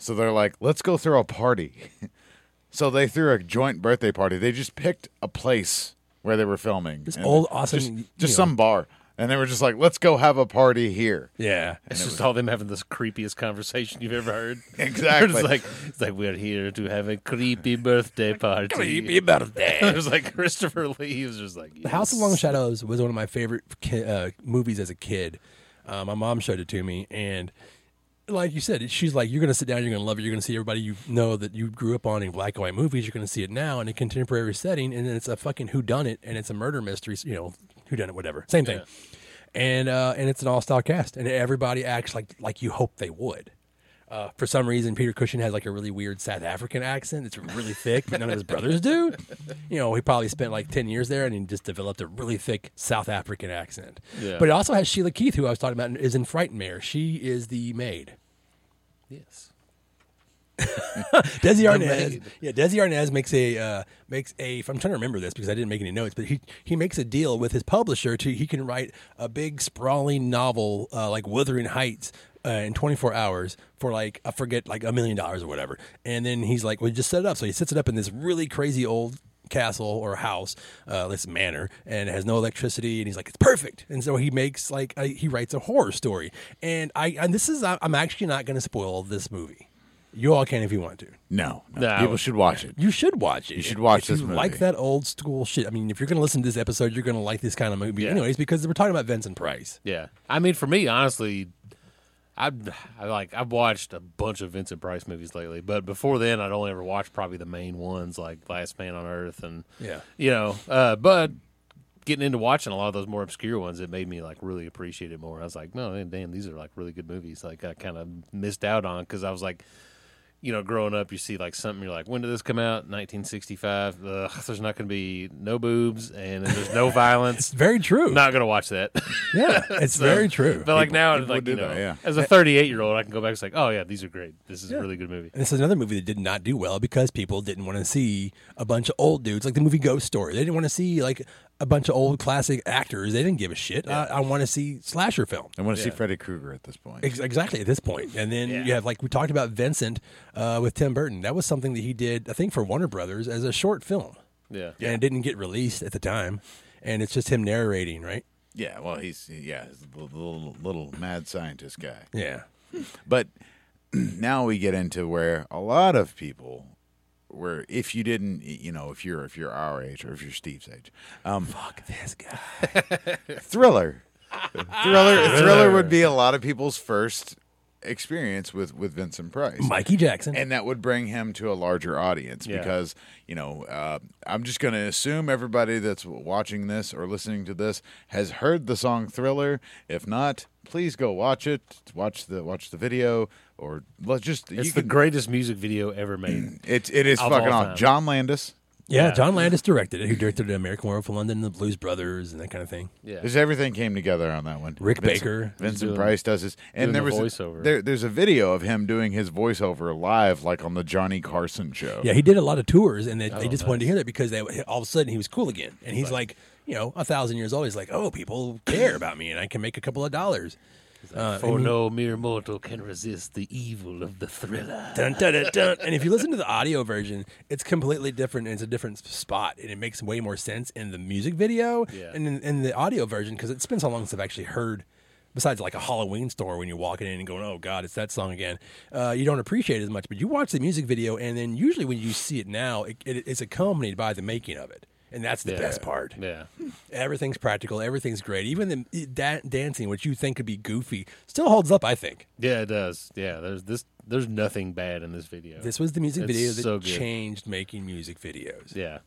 So they're like, let's go throw a party. (laughs) so they threw a joint birthday party. They just picked a place where they were filming.
This
And
old awesome,
just,
you
just
know.
some bar. And they were just like, let's go have a party here.
yeah.
It's just all them having this creepiest conversation you've ever (laughs) heard.
Exactly.
it's like it's like we're here to have a creepy birthday party. (laughs) it was like Christopher Lee was just like
The (laughs) House of Long Shadows was one of my favorite ki- uh, movies as a kid. Uh, my mom showed it to me, and like you said, she's like, "You're gonna sit down, you're gonna love it, you're gonna see everybody you know that you grew up on in black and white movies. You're gonna see it now in a contemporary setting, and then it's a fucking who done it, and it's a murder mystery, so, you know, who done it, whatever, same thing." And uh, and it's an all star cast, and everybody acts like like you hope they would. Uh, for some reason, Peter Cushing has like a really weird South African accent. It's really thick, but none of his brothers do. You know, he probably spent like 10 years there and he just developed a really thick South African accent.
Yeah.
But it also has Sheila Keith, who I was talking about, is in Frightmare. She is the maid.
Yes.
Desi Arnaz,
maid.
yeah, Desi Arnaz makes a uh, makes a. I'm trying to remember this because I didn't make any notes, but he he makes a deal with his publisher to he can write a big sprawling novel uh, like Wuthering Heights. Uh, in 24 hours for like I forget like a million dollars or whatever, and then he's like, "Well, just set it up." So he sets it up in this really crazy old castle or house, uh, this manor, and it has no electricity. And he's like, it's perfect. And so he makes like a, he writes a horror story. And I and this is I, I'm actually not going to spoil this movie. You all can if you want to.
No, no,
No.
people should watch it.
You should watch it. You
should watch
if
this
you
movie.
Like that old school shit. I mean, if you're going to listen to this episode, you're going to like this kind of movie,
Yeah.
anyways, because we're talking about Vincent Price.
Yeah. I mean, for me, honestly, I, I like I've watched a bunch of Vincent Price movies lately, but before then, I'd only ever watched probably the main ones like Last Man on Earth and
Yeah.
you know. Uh, but getting into watching a lot of those more obscure ones, it made me like really appreciate it more. I was like, no, man, damn, these are like really good movies. Like I kind of missed out on because I was like. You know, growing up, you see like something. You're like, when did this come out? 1965. Ugh, there's not going to be no boobs, and there's no
(laughs)
violence.
It's very true.
Not going to watch that.
(laughs)
yeah, it's very true.
But like now,
people
like
do
you know,
that, yeah.
as a 38 year old, I can go back. and say, oh yeah, these are great. This is a really good movie.
And this is another movie that did not do well because people didn't want to see a bunch of old dudes, like the movie Ghost Story. They didn't want to see like a bunch of old classic actors. They didn't give a shit. I, I want to see slasher film.
I want to see Freddy Krueger at this point.
Ex- exactly at this point. And then
Yeah.
you have like we talked about Vincent uh, with Tim Burton. That was something that he did, I think, for Warner Brothers as a short film.
Yeah.
and it didn't get released at the time. And it's just him narrating, right?
yeah, well, he's yeah, he's the little, little mad scientist guy.
Yeah.
But (clears throat) now we get into where a lot of people where if you didn't you know if you're if you're our age or if you're steve's age um
Fuck this guy.
(laughs)
thriller thriller thriller would be a lot of people's first experience with with vincent price
Mikey Jackson.
and that would bring him to a larger audience
Yeah.
because you know uh, i'm just going to assume everybody that's watching this or listening to this has heard the song thriller if not please go watch it watch the watch the video or let's just
It's
you
the
can
greatest music video ever made.
It it is
Of
fucking
all
off.
time.
John Landis.
yeah, John Landis directed it, who directed American Werewolf in London, The Blues Brothers, and that kind of thing.
(clears throat) yeah.
There's everything came together on that one.
Rick
Vincent-
Baker.
Vincent
doing-
Price does this, and
doing
there
the
was a-
voiceover.
there, there's a video of him doing his voiceover live, like on the Johnny Carson show.
Yeah, he did a lot of tours, and they, they just wanted to hear that because they all of a sudden he was cool again, and he's like, you know, a thousand years old. He's like, oh, people care about me, and I can make a couple of dollars. Uh,
For no mere mortal can resist the evil of the thriller.
Dun, dun, dun, dun. And if you listen to the audio version, it's completely different. And it's a different spot, and it makes way more sense in the music video
Yeah.
and in, in the audio version because it's been so long since I've actually heard besides like a Halloween store when you're walking in and going, oh God, it's that song again. Uh, you don't appreciate it as much, but you watch the music video, and then usually when you see it now, it, it, it's accompanied by the making of it. And that's the
Yeah.
best part.
Yeah.
Everything's practical. Everything's great. Even the da- dancing, which you think could be goofy, still holds up. I think
Yeah, it does. Yeah, there's this there's nothing bad in this video.
this was the music
It's
video that
so good.
changed making music videos.
Yeah.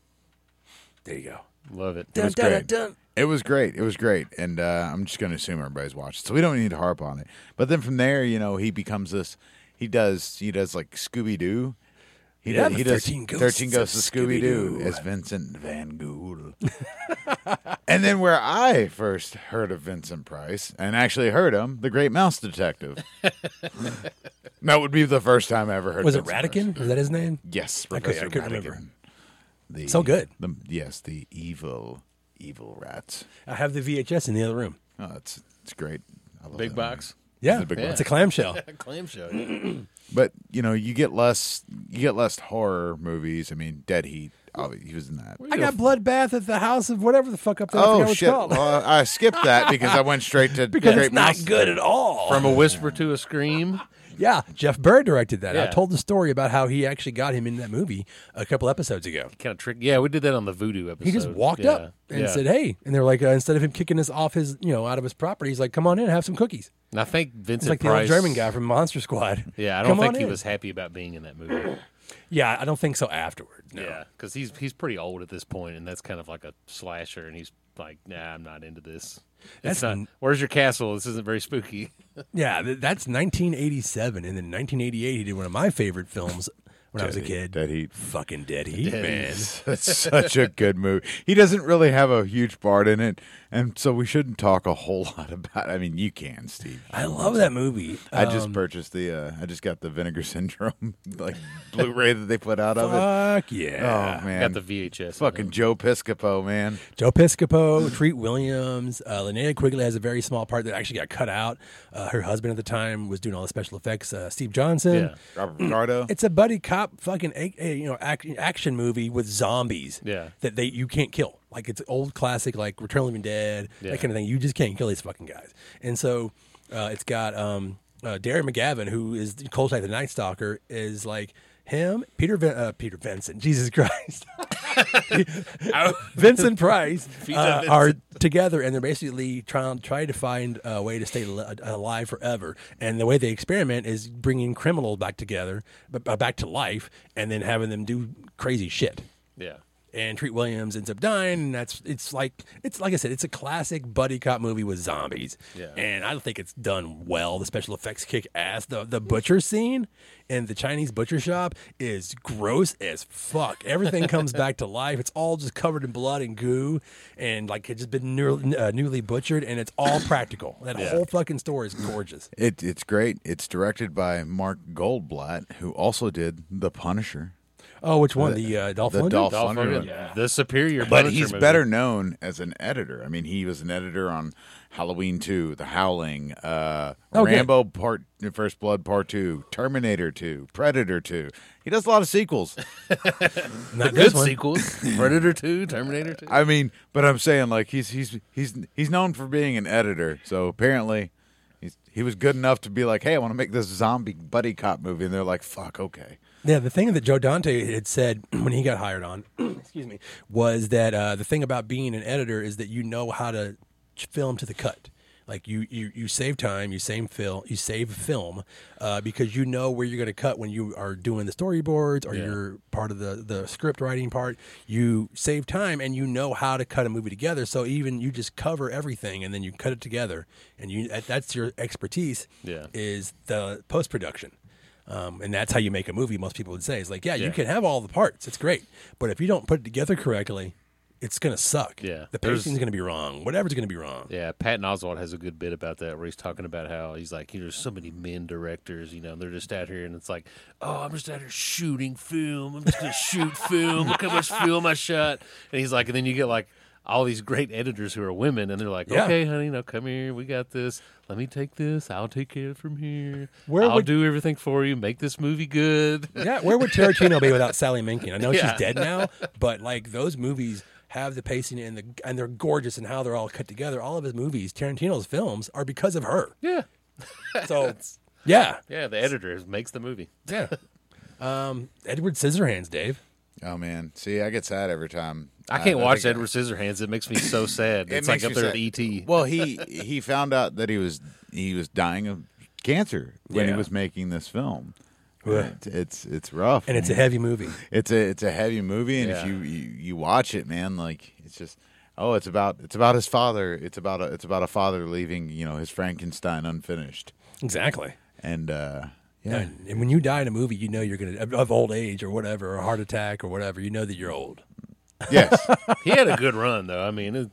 There you go.
Love it.
Dun,
was
dun,
great.
dun, dun.
It was great. It was great. And uh, I'm just going to assume everybody's watched. So we don't need to harp on it. But then from there, you know, he becomes this. He does. He does like Scooby Doo. He
Yeah,
does.
the
He does
13 Ghosts
Thirteen
of
Ghosts of Scooby Doo
Scooby-Doo.
as Vincent Van Gool. (laughs) and then where I first heard of Vincent Price and actually heard him, the Great Mouse Detective. (laughs) that would be the first time I ever heard.
Was it
Vincent Price.
Radican? Is that his name? I
Yes,
could- I
Professor
couldn't
Radigan.
remember.
The,
So good.
The, yes, the evil, evil rat.
I have the VHS in the other room.
Oh, it's it's great. I love
Big
that
box.
Yeah,
It's a big
it's
one.
a clamshell.
Clamshell.
movie. But you know, you get less you get less horror movies. I mean, Dead Heat. Obviously, he was in that.
I got bloodbath at the house of whatever the fuck up there. I forgot
Oh
what
shit!
It's (laughs) called.
Well, I skipped that because I went straight
(laughs)
to
because
Great
it's not
Mouse.
good at all.
(clears throat) From a whisper to a scream.
yeah, Jeff Bird directed that. I
Yeah.
told the story about how he actually got him in that movie a couple episodes ago.
Kind of trick. Yeah, we did that on the voodoo episode.
He just walked
Yeah.
up and
Yeah.
said, "Hey," and they're like, uh, instead of him kicking us off his, you know, out of his property, he's like, "Come on in, have some cookies."
And I think
It's
Vincent
like
Price,
the old German guy from Monster Squad.
Yeah, I don't
Come
think
on
he
in.
was happy about being in that movie.
Yeah, I don't think so. Afterward, no.
Yeah, because he's he's pretty old at this point, and that's kind of like a slasher, and he's like, "Nah, I'm not into this." It's
That's
not.
n-
Where's your castle? This isn't very spooky.
Yeah, th- that's 1987, and then 1988 he did one of my favorite films when I was a kid.
Dead Heat.
Fucking Dead Heat,
Dead
man.
That's (laughs) such a good movie. He doesn't really have a huge part in it, and so we shouldn't talk a whole (laughs) lot about. It. I mean, you can, Steve.
I love that movie.
I just purchased the. Uh, I just got the Vinegar (laughs) Syndrome like Blu-ray that they put out of it.
Fuck yeah.
Oh man,
(laughs) Got the VHS. on
fucking Joe Piscopo, man.
Joe Piscopo, Treat Williams, uh, Linnea Quigley has a very small part that actually got cut out. Uh, her husband at the time was doing all the special effects. Uh, Steve
it.
Johnson.
Yeah,
Robert Ricardo.
It's a buddy cop fucking a, a- you know act, action movie with zombies.
Yeah.
that they you can't kill. Like it's old classic like Return of the Living Dead
Yeah.
that kind of thing. You just can't kill these fucking guys. And so uh, it's got um, uh, Darren McGavin who is Cold Like the Night Stalker is like him Peter Vin- uh, Peter Vincent (laughs) Jesus Christ (laughs) Vincent Price
Peter
uh,
Vincent.
are together and they're basically trying trying to find a way to stay li- uh, alive forever. And the way they experiment is bringing criminals back together, but uh, back to life, and then having them do crazy shit.
yeah.
And Treat Williams ends up dying, and that's it's like it's like I said, it's a classic buddy cop movie with zombies.
Yeah.
And I think it's done well. The special effects kick ass. The the butcher scene and the Chinese butcher shop is gross as fuck. Everything comes back to life. It's all just covered in blood and goo, and like it's just been newly, uh, newly butchered, and it's all practical. That whole fucking store is gorgeous.
It, it's great. It's directed by Mark Goldblatt, who also did The Punisher.
Oh, which one? The, uh, Dolph
the
Lundgren?
Dolph
Dolph
Lundgren.
Lundgren, the superior,
But
Punisher
he's
movie.
better known as an editor. I mean, he was an editor on Halloween 2, The Howling, uh,
Oh, good.
Rambo Part First Blood Part 2, Terminator 2, Predator 2. He does a lot of sequels.
Not
Good
this one.
sequels:
(laughs)
Predator Two, Terminator Two.
I mean, but I'm saying like he's he's he's he's known for being an editor. So apparently, he's, he was good enough to be like, "Hey, I want to make this zombie buddy cop movie," and they're like, "Fuck, okay."
Yeah, the thing that Joe Dante had said (clears throat) when he got hired on, excuse me, was that uh, the thing about being an editor is that you know how to ch- film to the cut. Like you, you, you save time, you save film, you save film, uh, because you know where you're going to cut when you are doing the storyboards or
Yeah.
you're part of the the script writing part. You save time and you know how to cut a movie together. So even you just cover everything and then you cut it together, and you that- that's your expertise
Yeah.
is the post production. Um, and that's how you make a movie, most people would say. It's like, yeah,
Yeah.
you can have all the parts. It's great. But if you don't put it together correctly, it's going to suck.
Yeah.
The
There's-
pacing's going to be wrong. Whatever's going to be wrong.
Yeah, Patton Oswald has a good bit about that where he's talking about how he's like, you know, there's so many men directors, you know, they're just out here and it's like, oh, I'm just out here shooting film. I'm just going to shoot film. Look how much film I shot. And he's like, and then you get like all these great editors who are women and they're like,
Yeah.
okay, honey, now come here. We got this. Let me take this. I'll take care of it from here.
Where
I'll
would-
do everything for you. Make this movie good. (laughs)
Yeah. Where would Tarantino be without Sally Minkin? I know
Yeah.
she's dead now, but like those movies have the pacing and the and they're gorgeous and how they're all cut together. All of his movies, Tarantino's films, are because of
(laughs)
her.
Yeah.
So yeah,
Yeah, the editor makes the movie.
yeah. Um, Edward Scissorhands, Dave.
Oh man, see, I get sad every time.
I can't watch
think-
Edward Scissorhands. It makes me so sad.
It
it's like
makes you
up there E
sad. (laughs)
with E.T.
Well, he he found out that he was he was dying of cancer when he
Yeah.
was making this film.
Yeah.
It- It's it's rough,
And it's a
Mm.
man.
heavy movie.
it's a it's a heavy movie, and if
Yeah.
you, you you watch it, man, like it's just oh, it's about it's about his father. It's about a, it's about a father leaving you know his Frankenstein unfinished,
Exactly.
and uh
(laughs)
yeah,
And, and when you die in a movie, you know you're gonna of- of old age or whatever, or heart attack or whatever. You know that you're old.
yes,
He had a good run, though. I mean, it,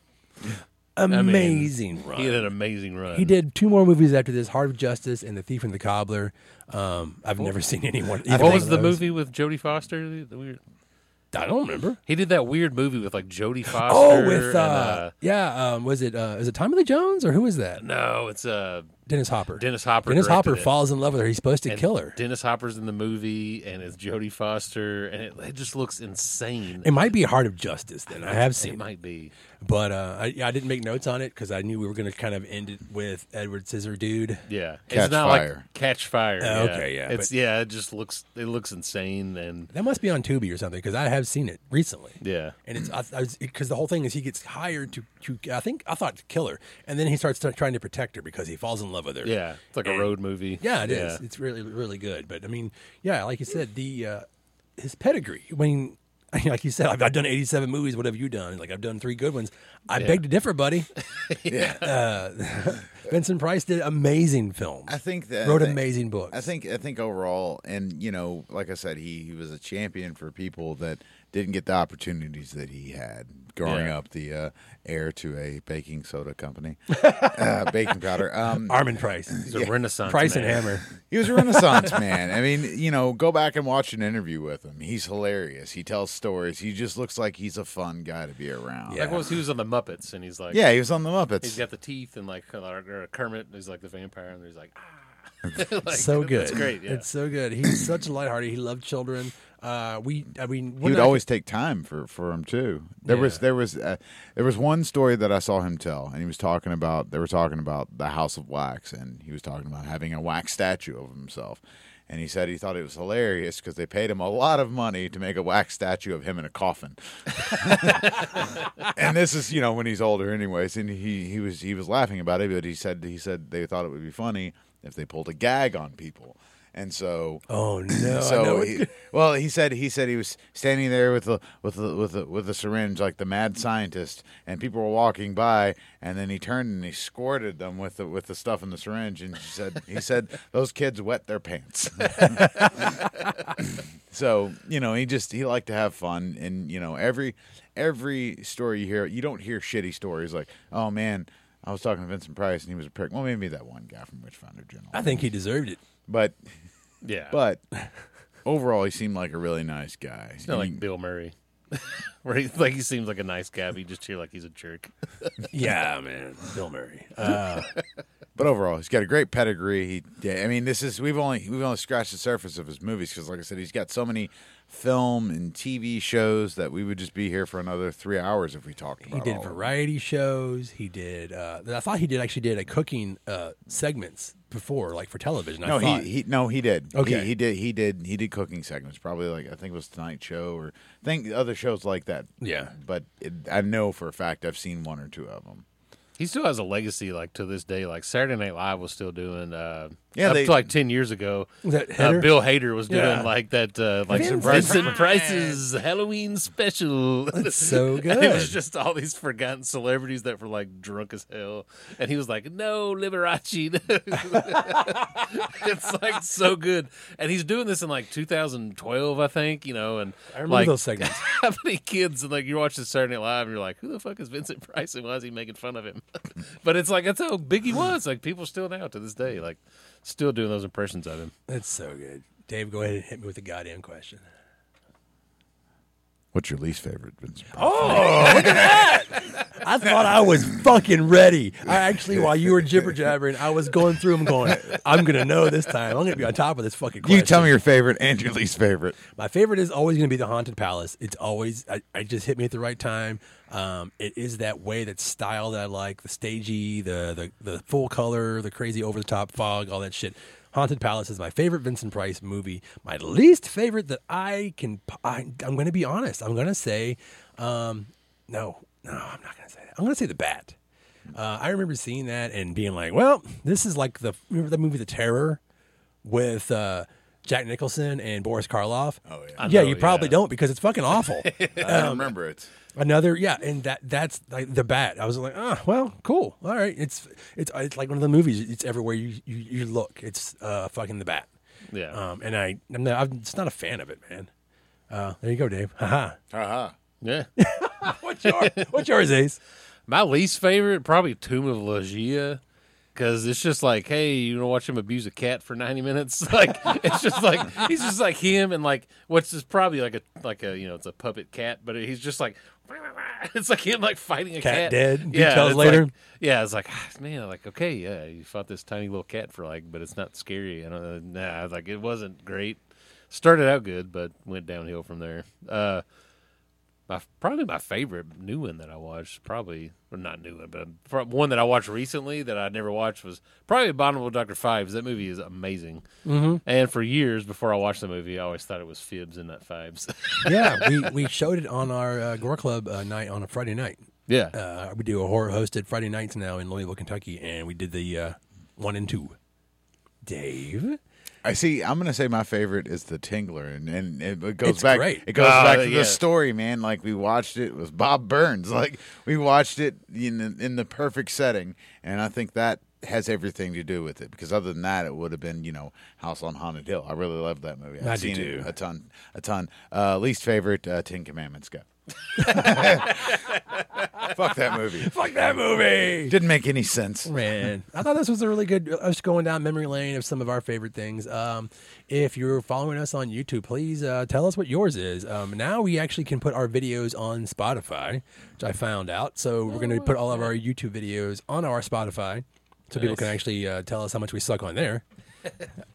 mean,
Amazing run.
he had an amazing run.
He did two more movies after this: Heart of Justice and The Thief and the Cobbler. Um, I've never seen anyone. either
What
one
was
of
the
those.
movie with Jodie Foster? The weird.
I don't remember.
He did that weird movie with like Jodie Foster.
Oh, with
and,
uh, yeah, um, was it uh, is it Tommy Lee Jones or who is that?
no, it's uh,
Dennis Hopper.
Dennis Hopper.
Dennis
directed
Hopper
it.
falls in love with her. He's supposed to
And
kill her.
Dennis Hopper's in the movie, and it's Jodie Foster, and it, it just looks insane.
It might be Heart of Justice. Then I have
It
seen, it
might be.
but uh, I, I didn't make notes on it because I knew we were going to kind of end it with Edward Scissor Dude.
Yeah,
Catch
it's not
Fire.
like Catch Fire.
Oh, okay, yeah,
It's
but-
yeah, it just looks it looks insane, and
That must be on Tubi or something because I have seen it recently.
yeah,
And it's because I, was- 'cause the whole thing is he gets hired to, to I think I thought to kill her, and then he starts t- trying to protect her because he falls in love with her.
yeah, it's like a road movie.
Yeah, it is. It's really, really good. But I mean, yeah, like you said, the uh, his pedigree. I mean, (laughs) like you said, I've, I've done eighty-seven movies. What have you done? Like I've done three good ones. I beg to differ,
(laughs)
buddy. Uh,
yeah.
(laughs) Vincent Price did amazing films.
I think that
wrote
I think-
amazing books.
I think I think overall, and you know, like I said, he, he was a champion for people that didn't get the opportunities that he had growing
Yeah.
up. The uh, heir to a baking soda company, uh, baking powder. Um,
Armin Price,
It's a renaissance.
Price and
man.
Hammer.
he was a renaissance man. I mean, you know, go back and watch an interview with him. He's hilarious. He tells stories. He just looks like he's a fun guy to be around.
Yeah.
Like what was he was on the Muppets, and he's like,
Yeah, he was on the Muppets.
he's got the teeth and like or Kermit, and he's like the vampire, and he's like, ah. (laughs) Like,
so good.
It's great. Yeah.
It's so good. He's such
(clears throat)
a lighthearted. He loved children. Uh, we, I mean,
he would always take time for for him too. There was
Yeah.
there was uh, there was one story that I saw him tell, and he was talking about they were talking about the House of Wax, and he was talking about having a wax statue of himself. And he said he thought it was hilarious because they paid him a lot of money to make a wax statue of him in a coffin. (laughs) and this is you know when he's older, anyways. And he he was he was laughing about it, but he said he said they thought it would be funny if they pulled a gag on people. And so
Oh no! I know
so
it. (laughs)
he, well he said he said he was standing there with a with a, with a, with a syringe like the mad scientist and people were walking by and then he turned and he squirted them with the with the stuff in the syringe and he said he said (laughs) those kids wet their pants (laughs) so you know he just he liked to have fun and you know every every story you hear you don't hear shitty stories like oh man I was talking to Vincent Price and he was a prick well maybe that one guy from Witchfinder Journal
I think he deserved it.
but
yeah.
but (laughs) overall, he seemed like a really nice guy.
it's not
And
like Bill Murray, (laughs) where he like he seems like a nice guy, but you just hear like he's a jerk.
Yeah, man, Bill Murray. Uh,
he- but overall, he's got a great pedigree. He, yeah, I mean, this is we've only we've only scratched the surface of his movies because, like I said, he's got so many film and TV shows that we would just be here for another three hours if we talked
(laughs) he
about.
did
all of them.
variety shows. He did. Uh, I thought he did actually did a cooking uh, segments before, like for television. I
No,
thought.
he, he no he did.
Okay.
he, he did he did he did cooking segments. Probably like I think it was Tonight Show or I think other shows like that.
Yeah.
but it, I know for a fact I've seen one or two of them.
He still has a legacy, like to this day. Like Saturday Night Live was still doing, uh,
Yeah,
up
they-
to like ten years ago.
Was that
uh,
Hader?
Bill Hader was doing
Yeah.
like that, uh, like
Vincent
Vincent Price's Halloween special. (laughs)
That's so
And it was
good.
just all these forgotten celebrities that were like drunk as hell, and he was like, "No, Liberace." (laughs) it's like so good, and he's doing this in like 2012, I think. You know, and
I remember
like,
those segments.
(laughs) how many kids and like you're watching Saturday Night Live and you're like, who the fuck is Vincent Price and why is he making fun of him? (laughs) but it's like that's how big he was. Like people still now to this day, like still doing those impressions of him.
That's so good. Dave, go ahead and hit me with the goddamn
(laughs)
question.
What's your least favorite? Vincent?
Oh, I thought I was fucking ready. I actually, while you were jibber jabbering, I was going through them,
(laughs)
going, "I'm gonna know this time. I'm gonna be on top of this fucking." Question.
You tell me your favorite and your least favorite.
My favorite is always going to be the Haunted Palace. It's always I, I just hit me at the right time. Um, it is that way, that style that I like, the stagey, the the, the full color, the crazy over the top fog, all that shit. Haunted Palace is my favorite Vincent Price movie. My least favorite that I can. I, I'm going to be honest. I'm going to say, um, no, no, I'm not going to say that. I'm going to say The Bat. Uh, I remember seeing that and being like, well, this is like the remember the movie The Terror with uh, Jack Nicholson and Boris Karloff.
Oh, yeah.
I
yeah,
know,
you probably
yeah.
don't because it's fucking
(laughs)
awful.
I remember it.
Another yeah, and that that's like the bat. I was like, oh well, cool, all right. It's it's it's like one of the movies. It's everywhere you you, you look. It's uh fucking the bat.
Yeah.
Um, and I I'm, not, I'm just not a fan of it, man. Uh, there you go, Dave. Haha.
Haha.
yeah.
(laughs) What's yours? What's yours, Ace?
My least favorite, probably Tomb of Legia, because it's just like, hey, you want to watch him abuse a cat for ninety minutes? (laughs) Like, it's just like he's just like him, and like what's is probably like a like a you know it's a puppet cat, but he's just like (laughs) it's like him like fighting a
Cat
cat.
dead,
Yeah.
details
it's
later.
like- yeah, it's like ah, man, like okay, yeah, you fought this tiny little cat for like, but it's not scary. And uh, nah, like it wasn't great. Started out good, but went downhill from there. Uh, my probably my favorite new one that I watched, probably or not new one, but pro- one that I watched recently that I never watched was probably Abominable Doctor Fives. That movie is amazing, mm-hmm. and for years before I watched the movie, I always thought it was Fibs and not (laughs) Fives.
yeah, we, we showed it on our uh, Gore Club uh, night on a Friday night.
yeah,
Uh, we do a horror hosted Friday nights now in Louisville, Kentucky, and we did the uh, one and two. Dave,
I see. I'm gonna say my favorite is the Tingler, and, and it, it goes
It's
back.
great.
It goes
Oh,
back to
yeah.
the story, man. Like we watched it with Bob Burns. (laughs) Like we watched it in the, in the perfect setting, and I think that has everything to do with it. Because other than that, it would have been you know House on Haunted Hill. I really love that movie. I've
I do
seen
too.
it a ton, a ton. Uh, least favorite uh, Ten Commandments. (laughs) Go. Fuck that movie.
fuck that movie.
Didn't make any sense.
Man, I thought this was a really good. Us going down memory lane of some of our favorite things. Um, if you're following us on YouTube, please uh, tell us what yours is. Um, now we actually can put our videos on Spotify, which I found out. So we're going to put all of our YouTube videos on our Spotify, so people can actually uh, tell us how much we suck on there.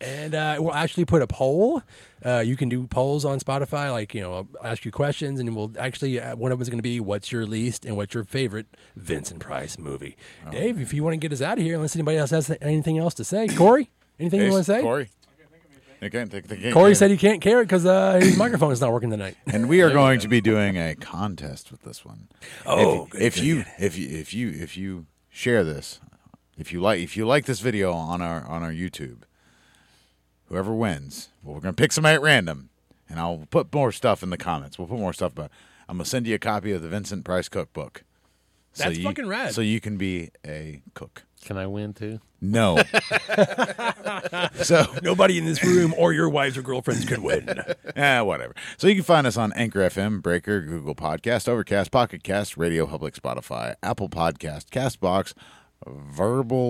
And uh, we'll actually put a poll. Uh, you can do polls on Spotify, like you know, I'll ask you questions, and we'll actually uh, one of them is going to be what's your least and what's your favorite Vincent Price movie. Dave, if you want to get us out of here, unless anybody else has anything else to say, Corey, anything you want to say?
Corey. I can't think of anything.
Corey said he can't carry it because uh, his microphone is not working (laughs) tonight.
and we are going to be doing a contest with this one.
Oh,
if,
good,
if
good,
you if you if you if you share this, if you like if you like this video on our on our YouTube, whoever wins, well, we're gonna pick somebody at random, and I'll put more stuff in the comments. We'll put more stuff, but I'm gonna send you a copy of the Vincent Price cookbook.
That's
you,
fucking rad.
So you can be a cook.
can I win too?
(laughs)
No. so
Nobody in this room or your wives or girlfriends could win.
(laughs) Eh, whatever. So you can find us on Anchor FM, Breaker, Google Podcast, Overcast, Pocket Cast, Radio Public, Spotify, Apple Podcast, Castbox,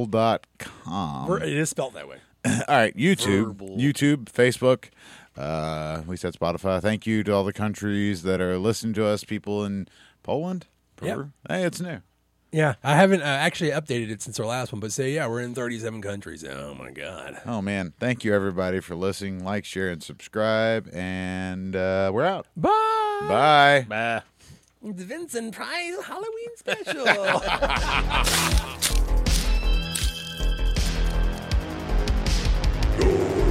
Verbal.com.
It is spelled that way.
all right, YouTube,
Verbal.
YouTube, Facebook. Uh, we said Spotify. Thank you to all the countries that are listening to us. People in Poland, Peru. Hey, it's new.
Yeah, I haven't uh, actually updated it since our last one, but say yeah, we're in 37 countries. Oh my god.
Oh man, thank you everybody for listening. Like, share, and subscribe. And uh, we're out.
Bye.
Bye.
Bah.
It's Vincent Price Halloween special.
Go